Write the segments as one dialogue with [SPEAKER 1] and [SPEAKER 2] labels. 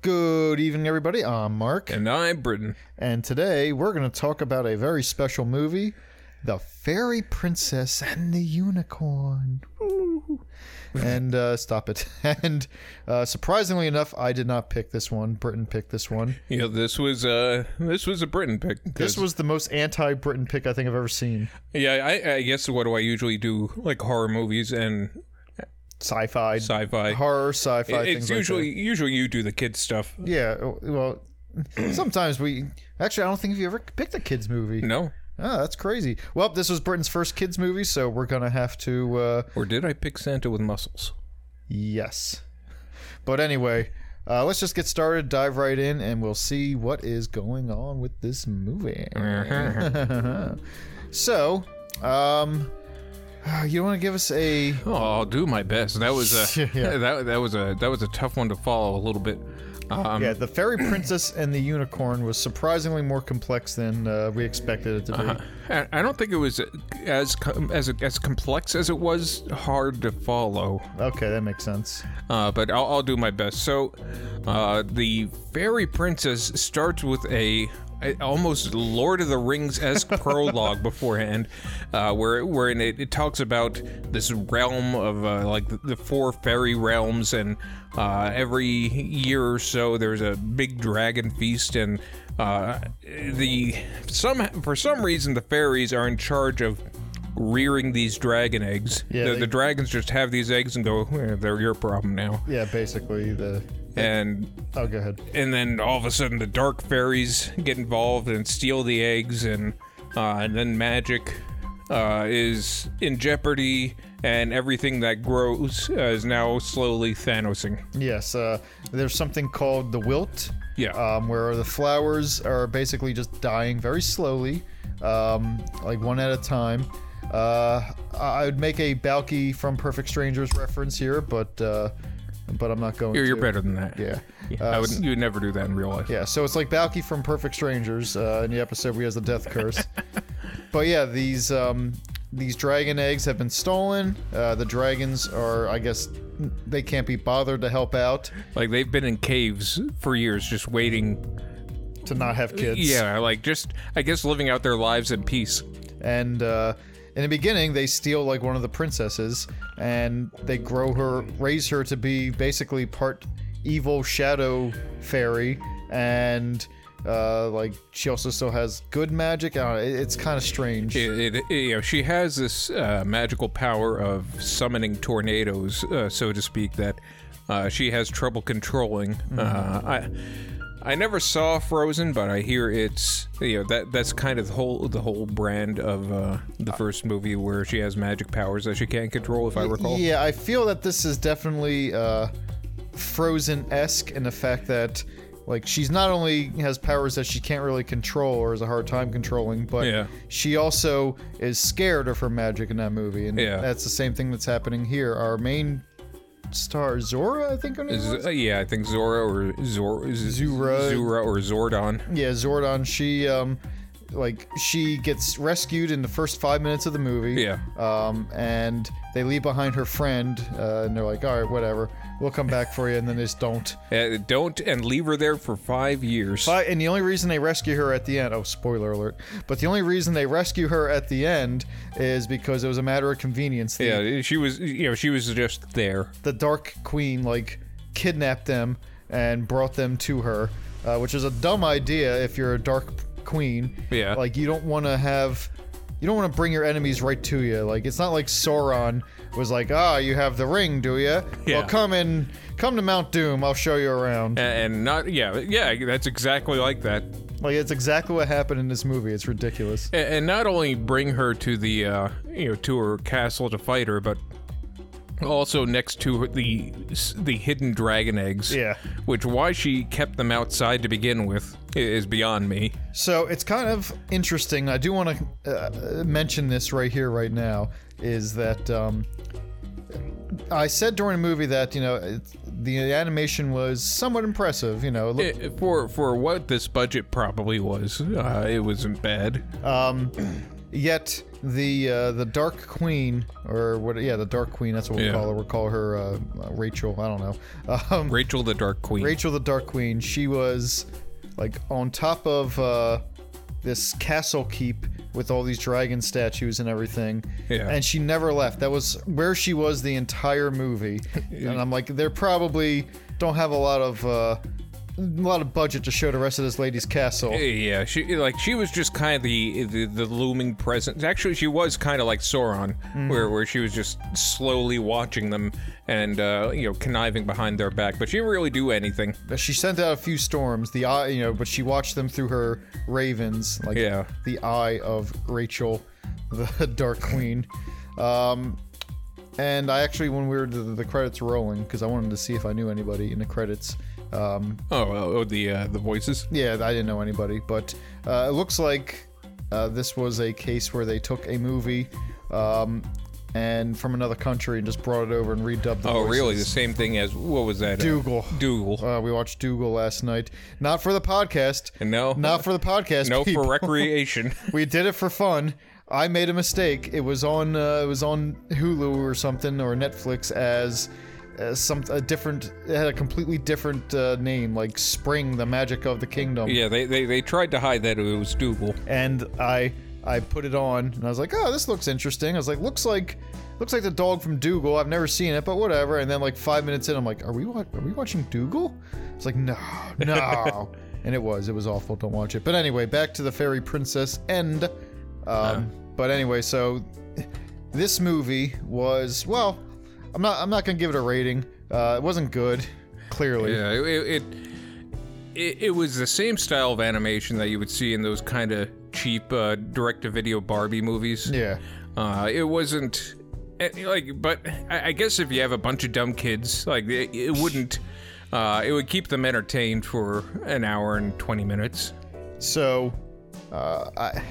[SPEAKER 1] Good evening, everybody. I'm Mark,
[SPEAKER 2] And I'm Britain.
[SPEAKER 1] and today we're going to talk about a very special movie The Fairy Princess and the Unicorn. Woo. and uh, stop it. And uh, surprisingly enough, I did not pick this one. Britain picked this one.
[SPEAKER 2] You know, this was uh this was a Britain pick. 'cause-
[SPEAKER 1] This was the most anti Britain pick I think I've ever seen.
[SPEAKER 2] yeah. I, I guess what do I usually do? Like horror movies and
[SPEAKER 1] Sci fi,
[SPEAKER 2] sci-fi.
[SPEAKER 1] horror, sci fi,
[SPEAKER 2] it's
[SPEAKER 1] things like that.
[SPEAKER 2] usually usually you do the kids stuff.
[SPEAKER 1] Yeah, w- well, sometimes we. Actually, I don't think you ever picked a kids movie.
[SPEAKER 2] No,
[SPEAKER 1] Oh, that's crazy. Well, this was Britain's first kids movie, so we're gonna have to. Uh,
[SPEAKER 2] or did I pick Santa with muscles?
[SPEAKER 1] yes, but anyway, uh, let's just get started, dive right in, and we'll see what is going on with this movie. so, um, uh, you want to give us a?
[SPEAKER 2] Oh, I'll do my best. That was a
[SPEAKER 1] Yeah.
[SPEAKER 2] that that was a that was a tough one to follow a little bit. Um,
[SPEAKER 1] Yeah, the Fairy Princess and the Unicorn was surprisingly more complex than uh, we expected it to be.
[SPEAKER 2] I I don't think it was as com- as as complex as it was hard to follow.
[SPEAKER 1] Okay, that makes sense.
[SPEAKER 2] uh, but I'll, I'll do my best. So, uh, the fairy princess starts with a, a almost Lord of the Rings esque prologue beforehand, uh, where where it, it talks about this realm of uh, like the, the four fairy realms, and uh, every year or so there's a big dragon feast and. Uh, the some for some reason the fairies are in charge of rearing these dragon eggs.
[SPEAKER 1] Yeah,
[SPEAKER 2] the,
[SPEAKER 1] they-
[SPEAKER 2] the dragons just have these eggs and go, "Eh, they're your problem now.
[SPEAKER 1] Yeah, basically the.
[SPEAKER 2] And
[SPEAKER 1] Oh, go ahead.
[SPEAKER 2] and then all of a sudden the dark fairies get involved and steal the eggs and uh, and then magic uh, is in jeopardy and everything that grows uh, is now slowly Thanosing.
[SPEAKER 1] Yes, uh, there's something called the wilt.
[SPEAKER 2] Yeah.
[SPEAKER 1] Um, where the flowers are basically just dying very slowly, um, like one at a time. Uh, I I would make a Balky from Perfect Strangers reference here, but uh, but I'm not going.
[SPEAKER 2] You're, you're
[SPEAKER 1] to.
[SPEAKER 2] better than that.
[SPEAKER 1] Yeah.
[SPEAKER 2] I would you would never do that in real life.
[SPEAKER 1] Yeah, so it's like Balky from Perfect Strangers uh, in the episode where he has the death curse. but yeah, these um, these dragon eggs have been stolen. Uh, the dragons are, I guess, they can't be bothered to help out
[SPEAKER 2] Like they've been in caves for years just waiting.
[SPEAKER 1] to not have kids.
[SPEAKER 2] yeah, like just I guess living out their lives in peace.
[SPEAKER 1] and uh, in the beginning they steal like one of the princesses and they grow her raise her to be basically part evil shadow fairy and uh, like she also still has good magic I don't know, it- it's kind of strange
[SPEAKER 2] It, it, you know, she has this uh, magical power of summoning tornadoes, uh, so to speak, that uh, she has trouble controlling. Uh, I I never saw Frozen, but I hear it's you know that that's kind of the whole the whole brand of uh, the first movie where she has magic powers that she can't control, if I recall.
[SPEAKER 1] yeah i feel that this is definitely uh, frozen-esque in the fact that like she's not only has powers that she can't really control or has a hard time controlling but
[SPEAKER 2] Yeah.
[SPEAKER 1] she also is scared of her magic in that movie and
[SPEAKER 2] Yeah.
[SPEAKER 1] that's the same thing that's happening here our main star zora i think her name was?
[SPEAKER 2] Z- uh, yeah, I think Zora or Zora, Z-
[SPEAKER 1] Zura.
[SPEAKER 2] Zura or Zordon.
[SPEAKER 1] yeah zordon she um like she gets rescued in the first five minutes of the movie
[SPEAKER 2] Yeah.
[SPEAKER 1] um, and they leave behind her friend uh, and they're like all right whatever we'll come back for you and then they just don't
[SPEAKER 2] Uh, don't and leave her there for five years.
[SPEAKER 1] But and the only reason they rescue her at the end, oh spoiler alert! But the only reason they rescue her at the end is because it was a matter of convenience. The,
[SPEAKER 2] Yeah, she was you know she was just there.
[SPEAKER 1] the Dark Queen like kidnapped them and brought them to her, uh, which is a dumb idea if you're a Dark Queen.
[SPEAKER 2] Yeah.
[SPEAKER 1] Like you don't want to have. You don't want to bring your enemies right to you. Like it's not like Sauron was like, "Ah, you have the ring, do you?
[SPEAKER 2] Yeah.
[SPEAKER 1] Well, come and come to Mount Doom. I'll show you around."
[SPEAKER 2] and not yeah yeah that's exactly like that
[SPEAKER 1] Like it's exactly what happened in this movie. It's ridiculous.
[SPEAKER 2] and, and not only bring her to the uh you know to her castle to fight her but also next to her, the the hidden dragon eggs
[SPEAKER 1] Yeah.
[SPEAKER 2] which why she kept them outside to begin with i- is beyond me
[SPEAKER 1] So it's kind of interesting. I do want to uh, mention this right here, right now, is that um, I said during the movie that you know it, the animation was somewhat impressive. You know, it looked-
[SPEAKER 2] I- for for what this budget probably was uh, it wasn't bad
[SPEAKER 1] Yet the uh, the Dark Queen, or what? Yeah, the Dark Queen. That's what we
[SPEAKER 2] Yeah.
[SPEAKER 1] call her. We will call her uh, uh, Rachel. I don't know. Um,
[SPEAKER 2] Rachel the Dark Queen.
[SPEAKER 1] Rachel the Dark Queen, she was like on top of uh, this castle keep with all these dragon statues and everything.
[SPEAKER 2] Yeah.
[SPEAKER 1] And she never left. That was where she was the entire movie. and I'm like, they're probably don't have a lot of uh, a lot of budget to show the rest of this lady's castle.
[SPEAKER 2] Yeah, she like she was just kind of the, the the looming presence. Actually, she was kind of like Sauron,
[SPEAKER 1] Mm.
[SPEAKER 2] where where she was just slowly watching them and uh, you know conniving behind their back, but she didn't really do anything.
[SPEAKER 1] She sent out a few storms, the eye, you know, but she watched them through her ravens, like
[SPEAKER 2] Yeah.
[SPEAKER 1] the eye of Rachel, the Dark Queen. Um, and I actually, when we were the, the credits rolling, because I wanted to see if I knew anybody in the credits. Um,
[SPEAKER 2] Oh, oh, oh the uh, the voices.
[SPEAKER 1] yeah, I didn't know anybody, but uh, it looks like uh, this was a case where they took a movie um, and from another country and just brought it over and redubbed the
[SPEAKER 2] Oh, really? The
[SPEAKER 1] voices.
[SPEAKER 2] same thing as what was that? uh,
[SPEAKER 1] Dougal.
[SPEAKER 2] Dougal.
[SPEAKER 1] Uh, we watched Dougal last night. Not for the podcast.
[SPEAKER 2] No.
[SPEAKER 1] Not for the podcast.
[SPEAKER 2] no,
[SPEAKER 1] people.
[SPEAKER 2] for recreation.
[SPEAKER 1] we did it for fun. I made a mistake. It was on uh, it was on Hulu or something or Netflix as uh, some a different it had a completely different uh, name like Spring the Magic of the Kingdom.
[SPEAKER 2] yeah, they, they they tried to hide that it was Dougal.
[SPEAKER 1] And I I put it on and I was like, "Oh, this looks interesting." I was like, "Looks like looks like the dog from Dougal. I've never seen it, but whatever." And then like 5 minutes in, I'm like, "Are we wa- are we watching Dougal?" It's like, "No, no." and it was it was awful. Don't watch it. But anyway, back to the fairy princess end. Um, but anyway, so this movie was well, I'm not I'm not gonna give it a rating. Uh, it wasn't good, clearly.
[SPEAKER 2] Yeah, it it, it it was the same style of animation that you would see in those kind of cheap uh, direct-to-video Barbie movies.
[SPEAKER 1] Yeah.
[SPEAKER 2] Uh, it wasn't eh, like, but I I guess if you have a bunch of dumb kids, like it, it wouldn't. Uh, it would keep them entertained for an hour and twenty minutes.
[SPEAKER 1] So, uh, I.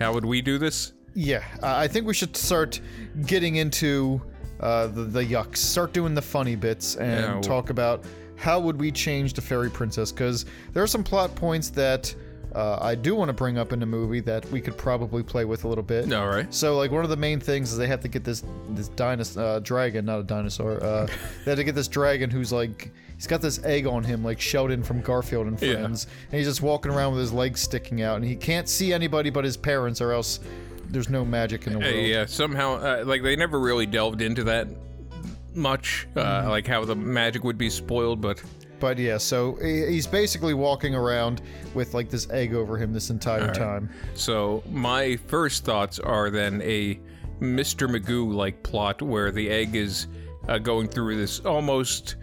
[SPEAKER 2] How would we do this?
[SPEAKER 1] Yeah, I I think we should start getting into uh, the, the yucks. Start doing the funny bits and
[SPEAKER 2] Yeah, well-
[SPEAKER 1] talk about how would we change the fairy princess because there are some plot points that uh, I do want to bring up in the movie that we could probably play with a little bit.
[SPEAKER 2] All right.
[SPEAKER 1] So like one of the main things is they have to get this this dinosaur uh, dragon, not a dinosaur. Uh, they had to get this dragon who's like he's got this egg on him, like Sheldon from Garfield and
[SPEAKER 2] Yeah.
[SPEAKER 1] Friends, and he's just walking around with his legs sticking out, and he can't see anybody but his parents, or else there's no magic in the world.
[SPEAKER 2] Uh, yeah, somehow, uh, like they never really delved into that much, uh, like how the magic would be spoiled. But
[SPEAKER 1] But yeah, so he- he's basically walking around with like this egg over him this entire time.
[SPEAKER 2] so my first thoughts are then a Mr. Magoo like plot where the egg is uh, going through this almost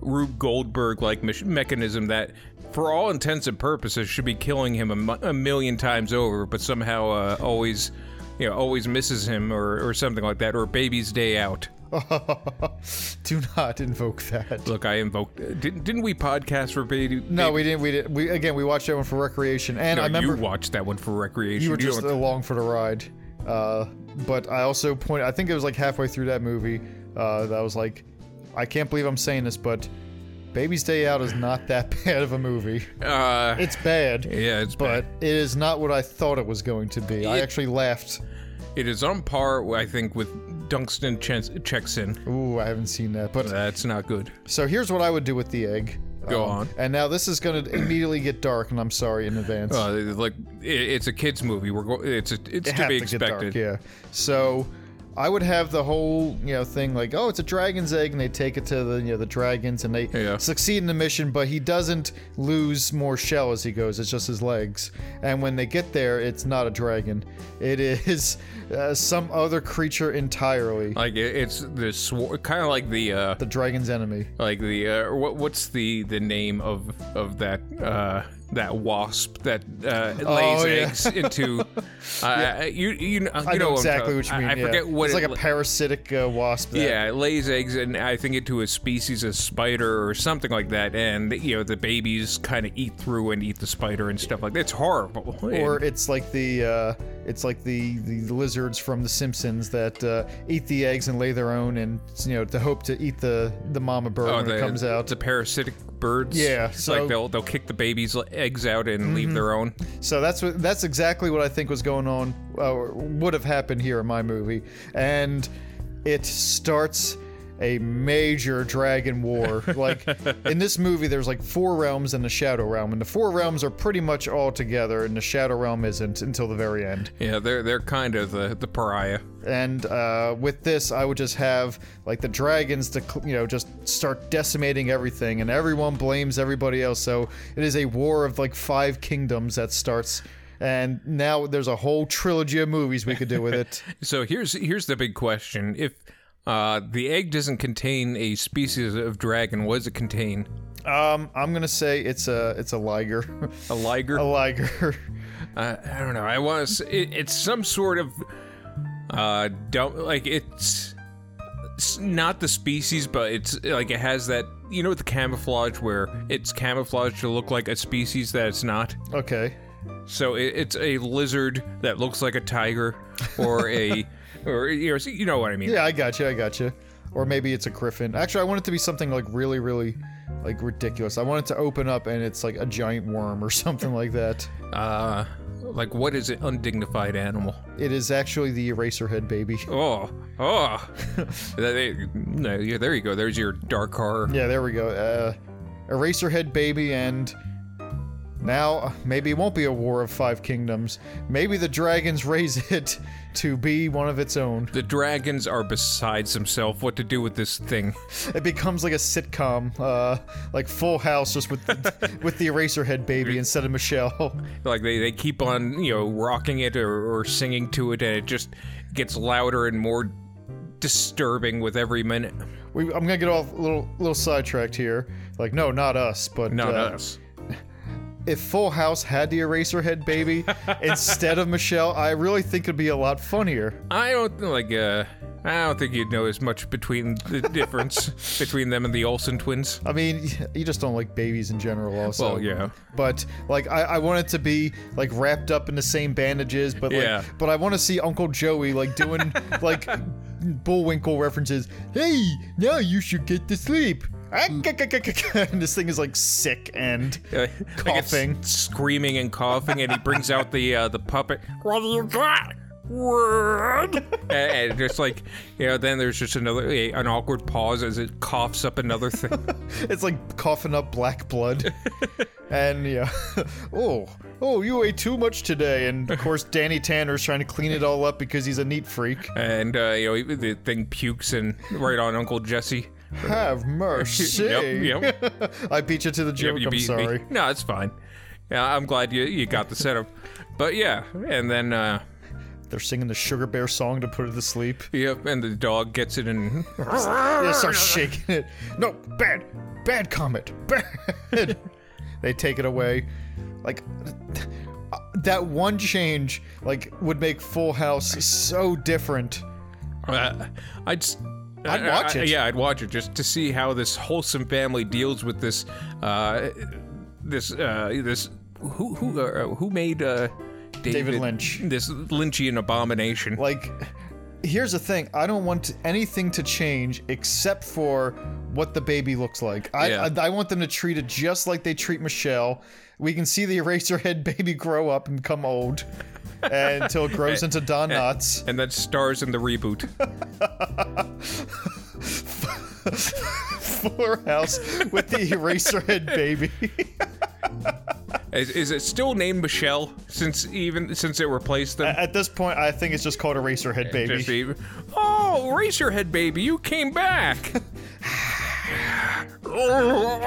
[SPEAKER 2] Rube Goldberg like mech- mechanism that, for all intents and purposes, should be killing him a mu- a million times over, but somehow uh, always. You know, always misses him or, or something like that, or baby's day out.
[SPEAKER 1] Do not invoke that.
[SPEAKER 2] Look, I invoked. Didn't didn't we podcast for baby?
[SPEAKER 1] No, we didn't. We didn't. We again, we watched that one for recreation, and
[SPEAKER 2] No,
[SPEAKER 1] I remember
[SPEAKER 2] you watched that one for recreation.
[SPEAKER 1] you were
[SPEAKER 2] You
[SPEAKER 1] just
[SPEAKER 2] don't-
[SPEAKER 1] along for the ride. Uh, but I also point. I think it was like halfway through that movie uh, that I was like, I can't believe I'm saying this, but Baby's Day Out is not that bad of a movie.
[SPEAKER 2] uh,
[SPEAKER 1] It's bad,
[SPEAKER 2] yeah, it's but
[SPEAKER 1] but it is not what I thought it was going to be. I
[SPEAKER 2] It-
[SPEAKER 1] actually laughed.
[SPEAKER 2] it is on par, I think, with Dunstan Chen- Checkson.
[SPEAKER 1] Ooh, I haven't seen that. But
[SPEAKER 2] That's not good.
[SPEAKER 1] so here's what I would do with the egg. Um,
[SPEAKER 2] Go on.
[SPEAKER 1] And now this is going to immediately get dark, and I'm sorry in advance.
[SPEAKER 2] Uh, like it, it's a kids movie. We're go- it's a, it's to
[SPEAKER 1] have
[SPEAKER 2] be
[SPEAKER 1] get dark,
[SPEAKER 2] expected.
[SPEAKER 1] yeah. So I would have the whole you know thing like, oh, it's a dragon's egg, and they take it to the you know the dragons, and they
[SPEAKER 2] Yeah.
[SPEAKER 1] succeed in the mission, but he doesn't lose more shell as he goes. It's just his legs. And when they get there, it's not a dragon. It is uh, some other creature entirely.
[SPEAKER 2] Like it, it's the swor- kind of like the uh,
[SPEAKER 1] the dragon's enemy.
[SPEAKER 2] like the uh, what what's the the name of of that uh that wasp that uh, lays
[SPEAKER 1] Oh, yeah.
[SPEAKER 2] eggs into uh, you you, kn- you
[SPEAKER 1] I know,
[SPEAKER 2] what I'm
[SPEAKER 1] exactly
[SPEAKER 2] talking-
[SPEAKER 1] what you
[SPEAKER 2] I-
[SPEAKER 1] mean.
[SPEAKER 2] I,
[SPEAKER 1] yeah.
[SPEAKER 2] forget what
[SPEAKER 1] it's
[SPEAKER 2] it
[SPEAKER 1] like a
[SPEAKER 2] li-
[SPEAKER 1] parasitic uh, wasp. That,
[SPEAKER 2] Yeah, it lays eggs, and I think into a species of spider or something like that. And you know, the babies kind of eat through and eat the spider and stuff like that. It's horrible.
[SPEAKER 1] Or
[SPEAKER 2] And-
[SPEAKER 1] it's like the uh, It's like the, the lizards from The Simpsons that uh, eat the eggs and lay their own, and you know to hope to eat the the mama bird when
[SPEAKER 2] uh, the-
[SPEAKER 1] it comes out.
[SPEAKER 2] The parasitic birds.
[SPEAKER 1] Yeah,
[SPEAKER 2] like
[SPEAKER 1] so- Mm-hmm.
[SPEAKER 2] they'll they'll kick the baby's le- eggs out and leave their own.
[SPEAKER 1] So that's what that's exactly what I think was going on, uh, or would have happened here in my movie, and it starts a major dragon war. Like in this movie, there's like four realms and the shadow realm, and the four realms are pretty much all together, and the shadow realm isn't until the very end.
[SPEAKER 2] Yeah, they're they're kind of the the pariah.
[SPEAKER 1] And uh, with this, I would just have like the dragons to cl- you know just start decimating everything, and everyone blames everybody else. So it is a war of like five kingdoms that starts, and now there's a whole trilogy of movies we could do with it.
[SPEAKER 2] So here's here's the big question: If uh, the egg doesn't contain a species of dragon, what does it contain?
[SPEAKER 1] um, I'm gonna say it's a it's a liger,
[SPEAKER 2] A liger?
[SPEAKER 1] a liger.
[SPEAKER 2] uh, I don't know. I want to. It, it's some sort of uh, don't like it's, it's not the species, but it's like it has that you know the camouflage where it's camouflaged to look like a species that it's not.
[SPEAKER 1] okay,
[SPEAKER 2] So it, it's a lizard that looks like a tiger, or a or you know, you know what I mean.
[SPEAKER 1] yeah, I got you, I got you. Or maybe it's a griffin. Actually, I want it to be something like really, really, like ridiculous. I want it to open up and it's like a giant worm or something like that.
[SPEAKER 2] Uh, like what is an undignified animal?
[SPEAKER 1] It is actually the Eraserhead baby.
[SPEAKER 2] Oh, oh, They- they- no, yeah, there you go. There's your dark horror.
[SPEAKER 1] Yeah, there we go. Uh, Eraserhead baby, and now uh, maybe it won't be a war of five kingdoms. Maybe the dragons raise it to be one of its own.
[SPEAKER 2] The dragons are besides themselves what to do with this thing.
[SPEAKER 1] It becomes like a sitcom, uh, like Full House, just with the, with the Eraserhead baby instead of Michelle.
[SPEAKER 2] Like they, they keep on, you know, rocking it or, or singing to it, and it just gets louder and more disturbing with every minute.
[SPEAKER 1] We, I'm gonna get off a little little sidetracked here. Like, no, not us, but
[SPEAKER 2] Not
[SPEAKER 1] uh,
[SPEAKER 2] us.
[SPEAKER 1] if Full House had the Eraserhead baby instead of Michelle, I really think it'd be a lot funnier.
[SPEAKER 2] I don't th- like. Uh, I don't think you'd notice much between the difference between them and the Olsen twins.
[SPEAKER 1] I mean, you just don't like babies in general, also.
[SPEAKER 2] Well, yeah.
[SPEAKER 1] But like, I, I want it to be like wrapped up in the same bandages, but like,
[SPEAKER 2] Yeah.
[SPEAKER 1] but I want to see Uncle Joey like doing like Bullwinkle references. Hey, now you should get to sleep. Ah,
[SPEAKER 2] Mm.
[SPEAKER 1] and this thing is like sick and
[SPEAKER 2] Uh, like it's
[SPEAKER 1] Coughing.
[SPEAKER 2] screaming, and coughing, and he brings out the uh, the puppet. What do you got? Word. and, and just like you know, then there's just another a, an awkward pause as it coughs up another thing.
[SPEAKER 1] it's like coughing up black blood. and yeah, oh, oh, you ate too much today. And of course, Danny Tanner's trying to clean it all up because he's a neat freak.
[SPEAKER 2] and uh, you know, the thing pukes and right on Uncle Jesse.
[SPEAKER 1] Have mercy.
[SPEAKER 2] Yep,
[SPEAKER 1] I beat you to the joke.
[SPEAKER 2] You
[SPEAKER 1] I'm
[SPEAKER 2] beat me.
[SPEAKER 1] sorry.
[SPEAKER 2] No, it's fine. Yeah, I'm glad you you got the setup. But yeah, and then uh,
[SPEAKER 1] They're singing the Sugar Bear song to put her to sleep.
[SPEAKER 2] yep, and the dog gets it and
[SPEAKER 1] They start shaking it. No, bad, bad comment, bad. they take it away. Like that one change, like would make Full House so different.
[SPEAKER 2] Uh, I'd. s-
[SPEAKER 1] I'd
[SPEAKER 2] I-
[SPEAKER 1] watch
[SPEAKER 2] I-
[SPEAKER 1] it.
[SPEAKER 2] yeah, I'd watch it just to see how this wholesome family deals with this. Uh, this. Uh, this. Who who uh, who made uh, David,
[SPEAKER 1] Lynch.
[SPEAKER 2] This Lynchian abomination.
[SPEAKER 1] Like, here's the thing: I don't want anything to change except for what the baby looks like. I,
[SPEAKER 2] Yeah.
[SPEAKER 1] I I want them to treat it just like they treat Michelle. We can see the Eraserhead baby grow up and become old. until it grows into Don Knotts.
[SPEAKER 2] and that stars in the reboot.
[SPEAKER 1] Fuller House with the Eraserhead baby.
[SPEAKER 2] is, is it still named Michelle? Since even since it replaced them.
[SPEAKER 1] At this point, I think it's just called Eraserhead baby.
[SPEAKER 2] Just even- oh, Eraserhead baby, you came back. oh,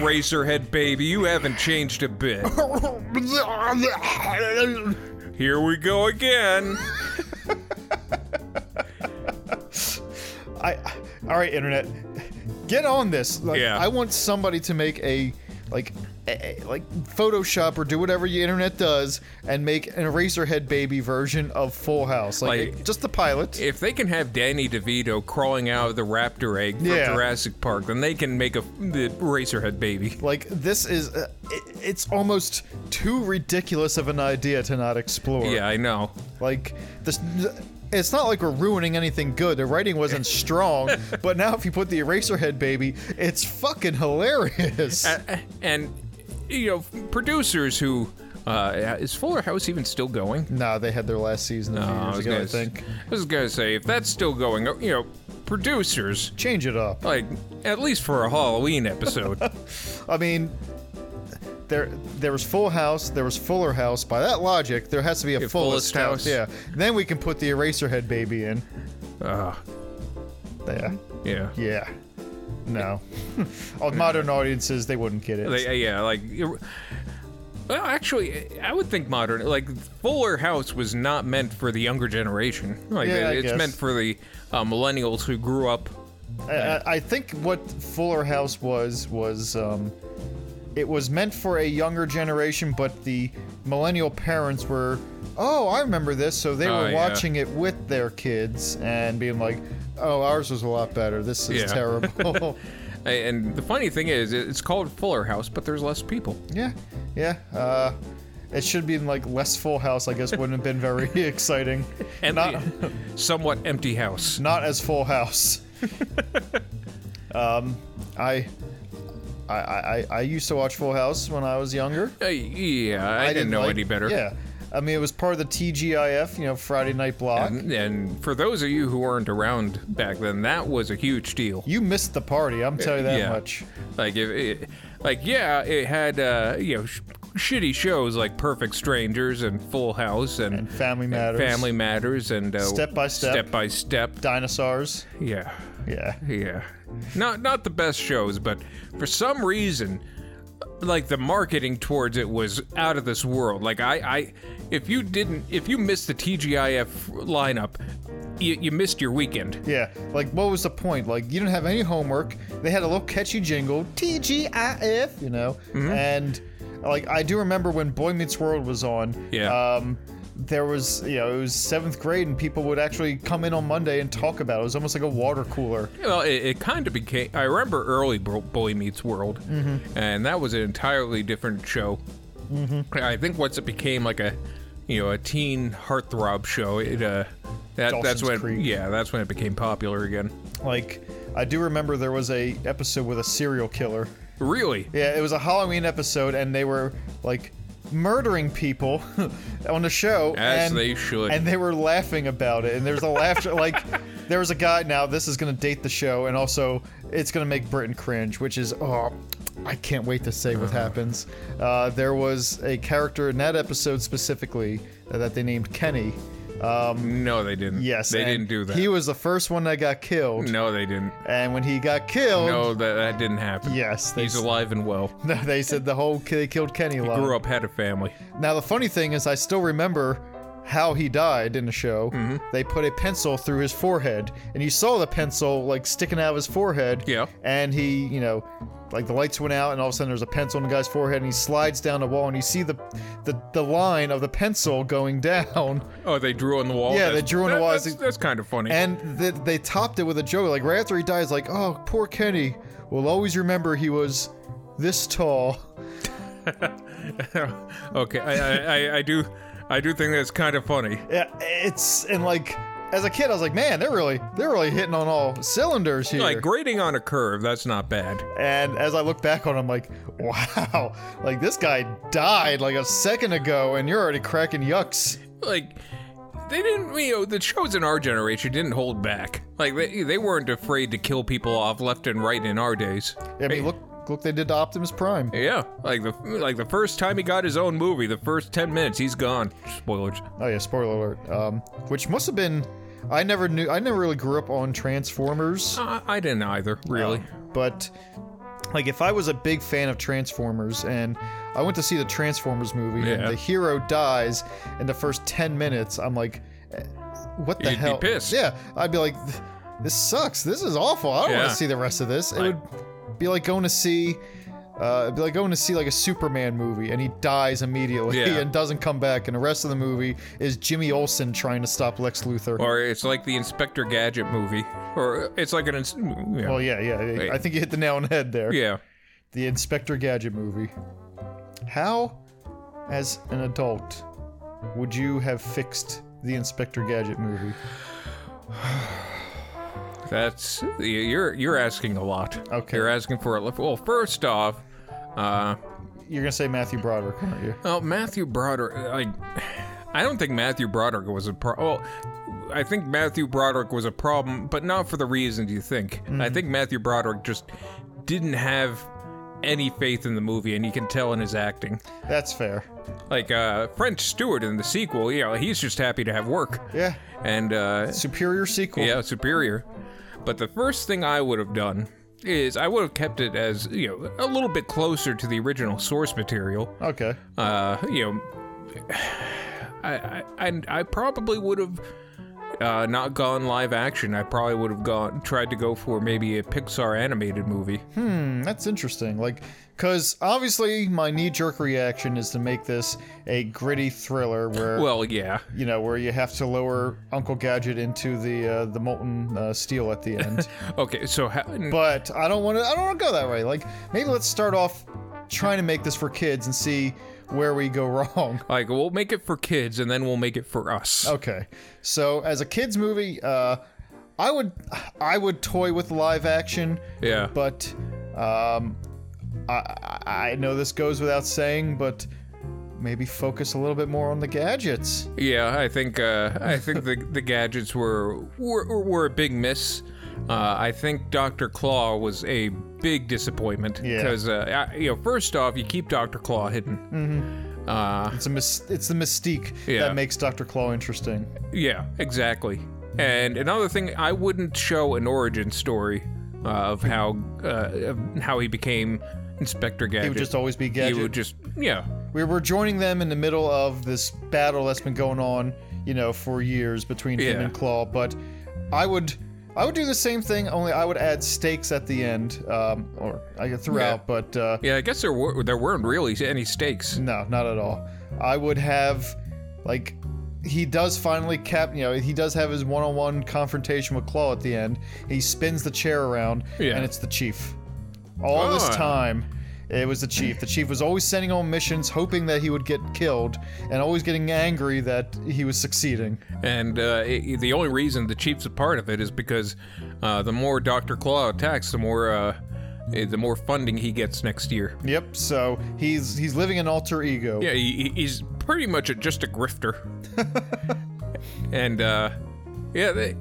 [SPEAKER 2] Eraserhead baby, you haven't changed a bit. Here we go again.
[SPEAKER 1] I, all right, internet, get on this. Like,
[SPEAKER 2] Yeah.
[SPEAKER 1] I want somebody to make a like eh, eh, like Photoshop or do whatever the internet does and make an Eraserhead baby version of Full House, like,
[SPEAKER 2] Like-
[SPEAKER 1] just the pilot.
[SPEAKER 2] If they can have Danny DeVito crawling out of the raptor egg from
[SPEAKER 1] Yeah.
[SPEAKER 2] Jurassic Park, then they can make a the Eraserhead baby.
[SPEAKER 1] like this is, uh, it, it's almost too ridiculous of an idea to not explore.
[SPEAKER 2] Yeah, I know.
[SPEAKER 1] Like this, it's not like we're ruining anything good. The writing wasn't strong, but now if you put the Eraserhead baby, it's fucking hilarious.
[SPEAKER 2] A- And you know, producers who uh, is Fuller House even still going?
[SPEAKER 1] nah, they had their last season a few
[SPEAKER 2] Uh,
[SPEAKER 1] years ago, I think.
[SPEAKER 2] I was gonna say if that's still going, you know, producers
[SPEAKER 1] Change it up.
[SPEAKER 2] like at least for a Halloween episode.
[SPEAKER 1] I mean, there there was Full House, there was Fuller House. By that logic, there has to be a fullest,
[SPEAKER 2] Fullest
[SPEAKER 1] house.
[SPEAKER 2] House.
[SPEAKER 1] Yeah. Then we can put the Eraserhead baby in.
[SPEAKER 2] uh,
[SPEAKER 1] Yeah.
[SPEAKER 2] yeah.
[SPEAKER 1] Yeah. No. On modern audiences, they wouldn't get it.
[SPEAKER 2] They- uh, yeah, like. er- Well, actually, I would think modern. Like, Fuller House was not meant for the younger generation. Like,
[SPEAKER 1] Yeah, I
[SPEAKER 2] it's
[SPEAKER 1] guess.
[SPEAKER 2] meant for the uh, millennials who grew up.
[SPEAKER 1] I, I- I think what Fuller House was was um, it was meant for a younger generation, but the millennial parents were, oh, I remember this, so they
[SPEAKER 2] Oh,
[SPEAKER 1] were
[SPEAKER 2] yeah.
[SPEAKER 1] watching it with their kids and being like, oh, ours was a lot better. This is
[SPEAKER 2] Yeah.
[SPEAKER 1] terrible.
[SPEAKER 2] A- And the funny thing is, it- it's called Fuller House, but there's less people.
[SPEAKER 1] yeah, yeah. Uh, it should have been like less Full House. I guess wouldn't have been very exciting.
[SPEAKER 2] And
[SPEAKER 1] Not-
[SPEAKER 2] somewhat empty house.
[SPEAKER 1] not as Full House. um, I, I, I, I used to watch Full House when I was younger.
[SPEAKER 2] Uh, yeah, I, didn't, know
[SPEAKER 1] like-
[SPEAKER 2] any better.
[SPEAKER 1] Yeah, I mean it was part of the TGIF, you know, Friday Night Block.
[SPEAKER 2] And, Uh, and for those of you who weren't around back then, that was a huge deal.
[SPEAKER 1] you missed the party, I'm telling you that
[SPEAKER 2] yeah.
[SPEAKER 1] much.
[SPEAKER 2] Like if it, like yeah, it had uh, you know sh- shitty shows like Perfect Strangers and Full House and,
[SPEAKER 1] And Family Matters.
[SPEAKER 2] Family Matters and uh,
[SPEAKER 1] Step by Step.
[SPEAKER 2] Step by Step.
[SPEAKER 1] Dinosaurs.
[SPEAKER 2] Yeah,
[SPEAKER 1] Yeah.
[SPEAKER 2] yeah. Not not the best shows, but for some reason, like the marketing towards it was out of this world. Like I, I if you didn't, if you missed the TGIF lineup, you, you missed your weekend.
[SPEAKER 1] Yeah, like what was the point? Like you didn't have any homework. They had a little catchy jingle, TGIF, you know, and like I do remember when Boy Meets World was on.
[SPEAKER 2] Yeah.
[SPEAKER 1] Um, there was, you know, it was seventh grade, and people would actually come in on Monday and talk about it. It was almost like a water cooler.
[SPEAKER 2] Well, it, it kind of became. I remember early Bo- Boy Meets World,
[SPEAKER 1] Mm-hmm.
[SPEAKER 2] and that was an entirely different show. I think once it became like a, you know, a teen heartthrob show, it uh, that
[SPEAKER 1] Dawson's
[SPEAKER 2] that's when
[SPEAKER 1] Creek.
[SPEAKER 2] yeah, that's when it became popular again.
[SPEAKER 1] Like I do remember there was a episode with a serial killer.
[SPEAKER 2] Really?
[SPEAKER 1] Yeah, it was a Halloween episode, and they were like murdering people on the show.
[SPEAKER 2] As
[SPEAKER 1] and,
[SPEAKER 2] they should.
[SPEAKER 1] And they were laughing about it. And there was a laughter. like, there was a guy. Now, this is going to date the show, and also it's going to make Britain cringe, which is, oh, I can't wait to say
[SPEAKER 2] Uh-huh.
[SPEAKER 1] what happens. Uh, there was a character in that episode specifically that they named Kenny.
[SPEAKER 2] No, they didn't.
[SPEAKER 1] Yes.
[SPEAKER 2] they
[SPEAKER 1] and
[SPEAKER 2] didn't do that.
[SPEAKER 1] He was the first one that got killed.
[SPEAKER 2] no, they didn't.
[SPEAKER 1] And when he got killed,
[SPEAKER 2] No, that, that didn't happen.
[SPEAKER 1] Yes, they
[SPEAKER 2] he's
[SPEAKER 1] s-
[SPEAKER 2] alive and well.
[SPEAKER 1] they said the whole they killed Kenny line.
[SPEAKER 2] Grew up, had a family.
[SPEAKER 1] Now the funny thing is, I still remember how he died in the show. They put a pencil through his forehead, and you saw the pencil like sticking out of his forehead.
[SPEAKER 2] Yeah.
[SPEAKER 1] And he, you know, like the lights went out, and all of a sudden there's a pencil in the guy's forehead, and he slides down the wall, and you see the the, the line of the pencil going down.
[SPEAKER 2] Oh, they drew on the wall.
[SPEAKER 1] Yeah, they
[SPEAKER 2] That's-
[SPEAKER 1] drew on the
[SPEAKER 2] that-
[SPEAKER 1] wall.
[SPEAKER 2] That's, that's kind of funny.
[SPEAKER 1] And th- they topped it with a joke, like right after he dies, like, "Oh, poor Kenny. We'll always remember he was this tall."
[SPEAKER 2] okay, I, I, I, I do, I do think that's kind of funny.
[SPEAKER 1] Yeah, it's and like as a kid, I was like, man, they're really they're really hitting on all cylinders here.
[SPEAKER 2] Like grading on a curve, that's not bad.
[SPEAKER 1] and as I look back on, it, I'm like, wow, like this guy died like a second ago, and you're already cracking yucks.
[SPEAKER 2] Like they didn't, you know, the shows in our generation didn't hold back. Like they, they weren't afraid to kill people off left and right in our days.
[SPEAKER 1] I mean, look look, they did to Optimus Prime.
[SPEAKER 2] Yeah, like the like the first time he got his own movie, the first ten minutes he's gone. Spoilers.
[SPEAKER 1] Oh yeah, spoiler alert. Um, which must have been, I never knew, I never really grew up on Transformers,
[SPEAKER 2] I, I didn't either, really.
[SPEAKER 1] Oh. but like if I was a big fan of Transformers and I went to see the Transformers movie and
[SPEAKER 2] Yeah.
[SPEAKER 1] the hero dies in the first 10 minutes, I'm like, eh, what the
[SPEAKER 2] You'd be
[SPEAKER 1] hell?
[SPEAKER 2] pissed.
[SPEAKER 1] Yeah, I'd be like, this sucks. This is awful. I don't want
[SPEAKER 2] Yeah.
[SPEAKER 1] to see the rest of this. It
[SPEAKER 2] Like-
[SPEAKER 1] would be like going to see Uh, it'd be like going to see like a Superman movie and he dies immediately
[SPEAKER 2] Yeah.
[SPEAKER 1] and doesn't come back. And the rest of the movie is Jimmy Olsen trying to stop Lex Luthor.
[SPEAKER 2] Or it's like the Inspector Gadget movie, or it's like an. ins- Yeah.
[SPEAKER 1] well, Oh, yeah, yeah. I think you hit the nail on the head there.
[SPEAKER 2] yeah.
[SPEAKER 1] The Inspector Gadget movie. How, as an adult, would you have fixed the Inspector Gadget movie?
[SPEAKER 2] That's you're you're asking a lot.
[SPEAKER 1] Okay.
[SPEAKER 2] You're asking for a lot. Well, first off, uh,
[SPEAKER 1] You're gonna say Matthew Broderick, aren't you?
[SPEAKER 2] well, Matthew Broderick. Like, I don't think Matthew Broderick was a pro. Well, I think Matthew Broderick was a problem, but not for the reasons you think. I think Matthew Broderick just didn't have any faith in the movie, and you can tell in his acting.
[SPEAKER 1] That's fair.
[SPEAKER 2] Like uh, French Stewart in the sequel, you know, he's just happy to have work,
[SPEAKER 1] Yeah.
[SPEAKER 2] and uh,
[SPEAKER 1] Superior sequel.
[SPEAKER 2] Yeah, superior. But the first thing I would have done is I would have kept it as, you know, a little bit closer to the original source material.
[SPEAKER 1] Okay.
[SPEAKER 2] Uh, you know, I, I, and I probably would have uh, not gone live action. I probably would have gone tried to go for maybe a Pixar animated movie.
[SPEAKER 1] Hmm, that's interesting. Like, because obviously my knee-jerk reaction is to make this a gritty thriller where
[SPEAKER 2] Well, yeah.
[SPEAKER 1] you know where you have to lower Uncle Gadget into the uh, the molten uh, steel at the end.
[SPEAKER 2] Okay, so ha-
[SPEAKER 1] but I don't want to. I don't want to go that way. Like, maybe let's start off trying to make this for kids and see where we go wrong.
[SPEAKER 2] like we'll make it for kids and then we'll make it for us.
[SPEAKER 1] Okay. So as a kids movie, uh, I would I would toy with live action,
[SPEAKER 2] Yeah.
[SPEAKER 1] but um, I I I know this goes without saying, but maybe focus a little bit more on the gadgets.
[SPEAKER 2] Yeah, I think uh, I think the the gadgets were were, were a big miss. Uh, I think Doctor Claw was a big disappointment
[SPEAKER 1] Yeah.
[SPEAKER 2] because uh, I- you know first off you keep Doctor Claw hidden.
[SPEAKER 1] Mm-hmm.
[SPEAKER 2] Uh,
[SPEAKER 1] It's a mis- it's the mystique
[SPEAKER 2] Yeah.
[SPEAKER 1] that makes Doctor Claw interesting.
[SPEAKER 2] yeah, exactly. And another thing, I wouldn't show an origin story uh, of how uh, of how he became Inspector Gadget.
[SPEAKER 1] It would just always be
[SPEAKER 2] he
[SPEAKER 1] gadget.
[SPEAKER 2] would just yeah
[SPEAKER 1] we were joining them in the middle of this battle that's been going on, you know, for years between him
[SPEAKER 2] Yeah.
[SPEAKER 1] and Claw. But I would, I would do the same thing. Only I would add stakes at the end, um, or I get throughout. But uh,
[SPEAKER 2] yeah. I guess there were there weren't really any stakes.
[SPEAKER 1] no, not at all. I would have, like, he does finally cap. You know, he does have his one-on-one confrontation with Claw at the end. He spins the chair around,
[SPEAKER 2] Yeah.
[SPEAKER 1] and it's the chief. All this
[SPEAKER 2] Oh.
[SPEAKER 1] time, it was the chief. The chief was always sending on missions, hoping that he would get killed, and always getting angry that he was succeeding.
[SPEAKER 2] And uh, it, the only reason the Chief's a part of it is because uh, the more Doctor Claw attacks, the more uh, eh, the more funding he gets next year.
[SPEAKER 1] Yep. So he's he's living an alter ego.
[SPEAKER 2] Yeah, he, he- he's pretty much a, just a grifter. and uh, yeah, they,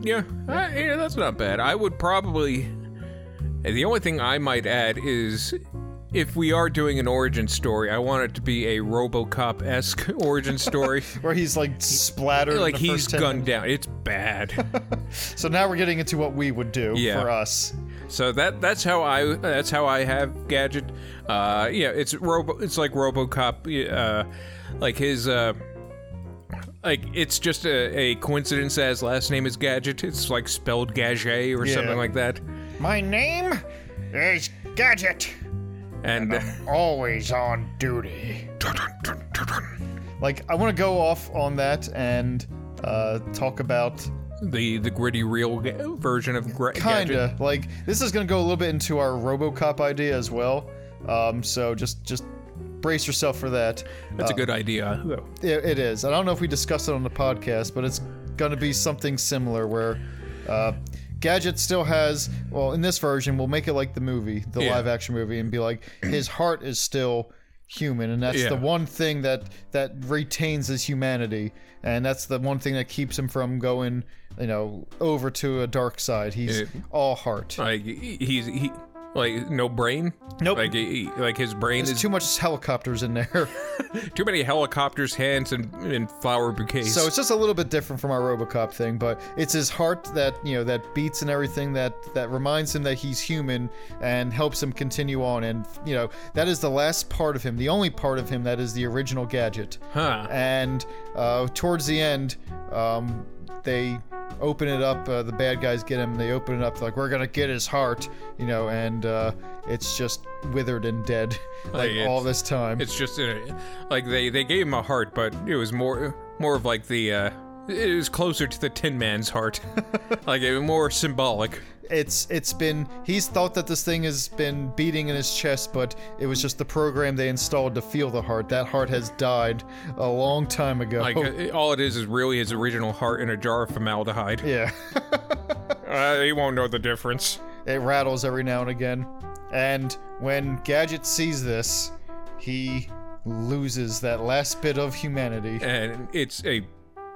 [SPEAKER 2] yeah, I, yeah, that's not bad. I would probably. The only thing I might add is. If we are doing an origin story, I want it to be a RoboCop esque origin story.
[SPEAKER 1] Where he's like splattered. in
[SPEAKER 2] like
[SPEAKER 1] the
[SPEAKER 2] he's
[SPEAKER 1] first 10
[SPEAKER 2] gunned down. It's bad.
[SPEAKER 1] So now we're getting into what we would do
[SPEAKER 2] Yeah.
[SPEAKER 1] for us.
[SPEAKER 2] So that that's how I that's how I have gadget. Uh, yeah, it's robo. It's like RoboCop. Uh, like his. Uh, like it's just a, a coincidence that his last name is Gadget. It's like spelled Gadget or
[SPEAKER 1] Yeah.
[SPEAKER 2] something like that.
[SPEAKER 1] My name is Gadget.
[SPEAKER 2] And uh,
[SPEAKER 1] Always on duty. Like, I want to go off on that and uh, talk about
[SPEAKER 2] the the gritty real ga- version of gra- Gadget.
[SPEAKER 1] kinda like this is going to go a little bit into our RoboCop idea as well. Um, so just just brace yourself for that.
[SPEAKER 2] That's a good idea. though.
[SPEAKER 1] It, it is. I don't know if we discussed it on the podcast, but it's going to be something similar where uh, Gadget still has, well, in this version, we'll make it like the movie, the
[SPEAKER 2] Yeah.
[SPEAKER 1] live action movie, and be like, his heart is still human and that's
[SPEAKER 2] Yeah.
[SPEAKER 1] the one thing that that retains his humanity and that's the one thing that keeps him from going you know over to a dark side he's
[SPEAKER 2] Yeah.
[SPEAKER 1] all heart
[SPEAKER 2] Like he- he's he like no brain.
[SPEAKER 1] Nope.
[SPEAKER 2] Like he, he- like his brain is
[SPEAKER 1] too much helicopters in there
[SPEAKER 2] too many helicopters, hands, and and flower bouquets.
[SPEAKER 1] So it's just a little bit different from our RoboCop thing, but it's his heart that you know that beats and everything that that reminds him that he's human and helps him continue on. And you know that is the last part of him, the only part of him that is the original gadget.
[SPEAKER 2] huh.
[SPEAKER 1] And uh, towards the end, um, they open it up. Uh, the bad guys get him. They open it up like we're gonna get his heart, you know, and uh, it's just withered and dead like
[SPEAKER 2] it's-
[SPEAKER 1] all this time.
[SPEAKER 2] It's just uh, like they they gave him a heart, but it was more more of like the uh, it was closer to the Tin Man's heart, like it was more symbolic.
[SPEAKER 1] it's it's been he's thought that this thing has been beating in his chest but it was just the program they installed to feel the heart that heart has died a long time ago
[SPEAKER 2] Like uh, all it is is really his original heart in a jar of formaldehyde.
[SPEAKER 1] yeah
[SPEAKER 2] Uh, he won't know the difference.
[SPEAKER 1] it rattles every now and again and when gadget sees this he loses that last bit of humanity
[SPEAKER 2] and it's a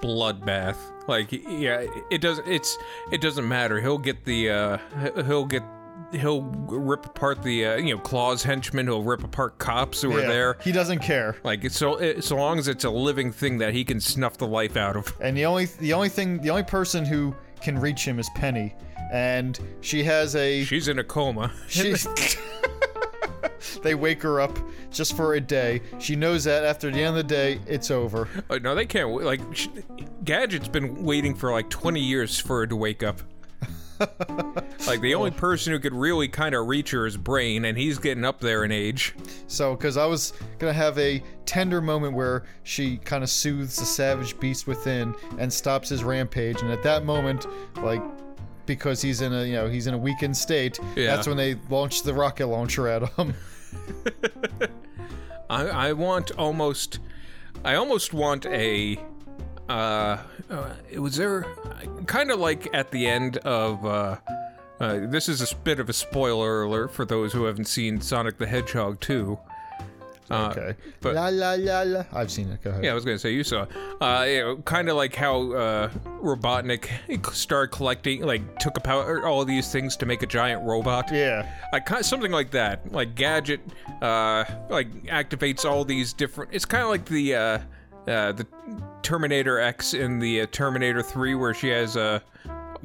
[SPEAKER 2] bloodbath. Like yeah, it doesn't. It's it doesn't matter. He'll get the uh, he- he'll get he'll rip apart the uh, you know claws henchmen. He'll rip apart cops who are
[SPEAKER 1] Yeah,
[SPEAKER 2] there.
[SPEAKER 1] he doesn't care
[SPEAKER 2] Like it's so it, so long as it's a living thing that he can snuff the life out of.
[SPEAKER 1] and the only the only thing the only person who can reach him is penny and she has a
[SPEAKER 2] She's in a coma.
[SPEAKER 1] She, they wake her up just for a day. She knows that after the end of the day, it's over.
[SPEAKER 2] Uh, no, they can't. wait. Like sh Gadget's been waiting for like 20 years for her to wake up. like the only person who could really kind of reach her is Brain, and he's getting up there in age.
[SPEAKER 1] So, because I was gonna have a tender moment where she kind of soothes the savage beast within and stops his rampage, and at that moment, like. Because he's in a you know he's in a weakened state.
[SPEAKER 2] Yeah.
[SPEAKER 1] That's when they launch the rocket launcher at him.
[SPEAKER 2] I, I want almost, I almost want a, uh, uh was there, kind of like at the end of, uh, uh, this is a s- bit of a spoiler alert for those who haven't seen Sonic the Hedgehog 2.
[SPEAKER 1] okay.
[SPEAKER 2] Uh, but-
[SPEAKER 1] la la la la. I've seen it. Go ahead.
[SPEAKER 2] Yeah, I was gonna say you saw. Uh, you know, kind of like how uh, Robotnik started collecting, like took about all these things to make a giant robot.
[SPEAKER 1] Yeah.
[SPEAKER 2] I kind something like that. Like gadget, uh, like activates all these different. It's kind of like the uh, uh, the Terminator X in the uh, Terminator Three, where she has uh,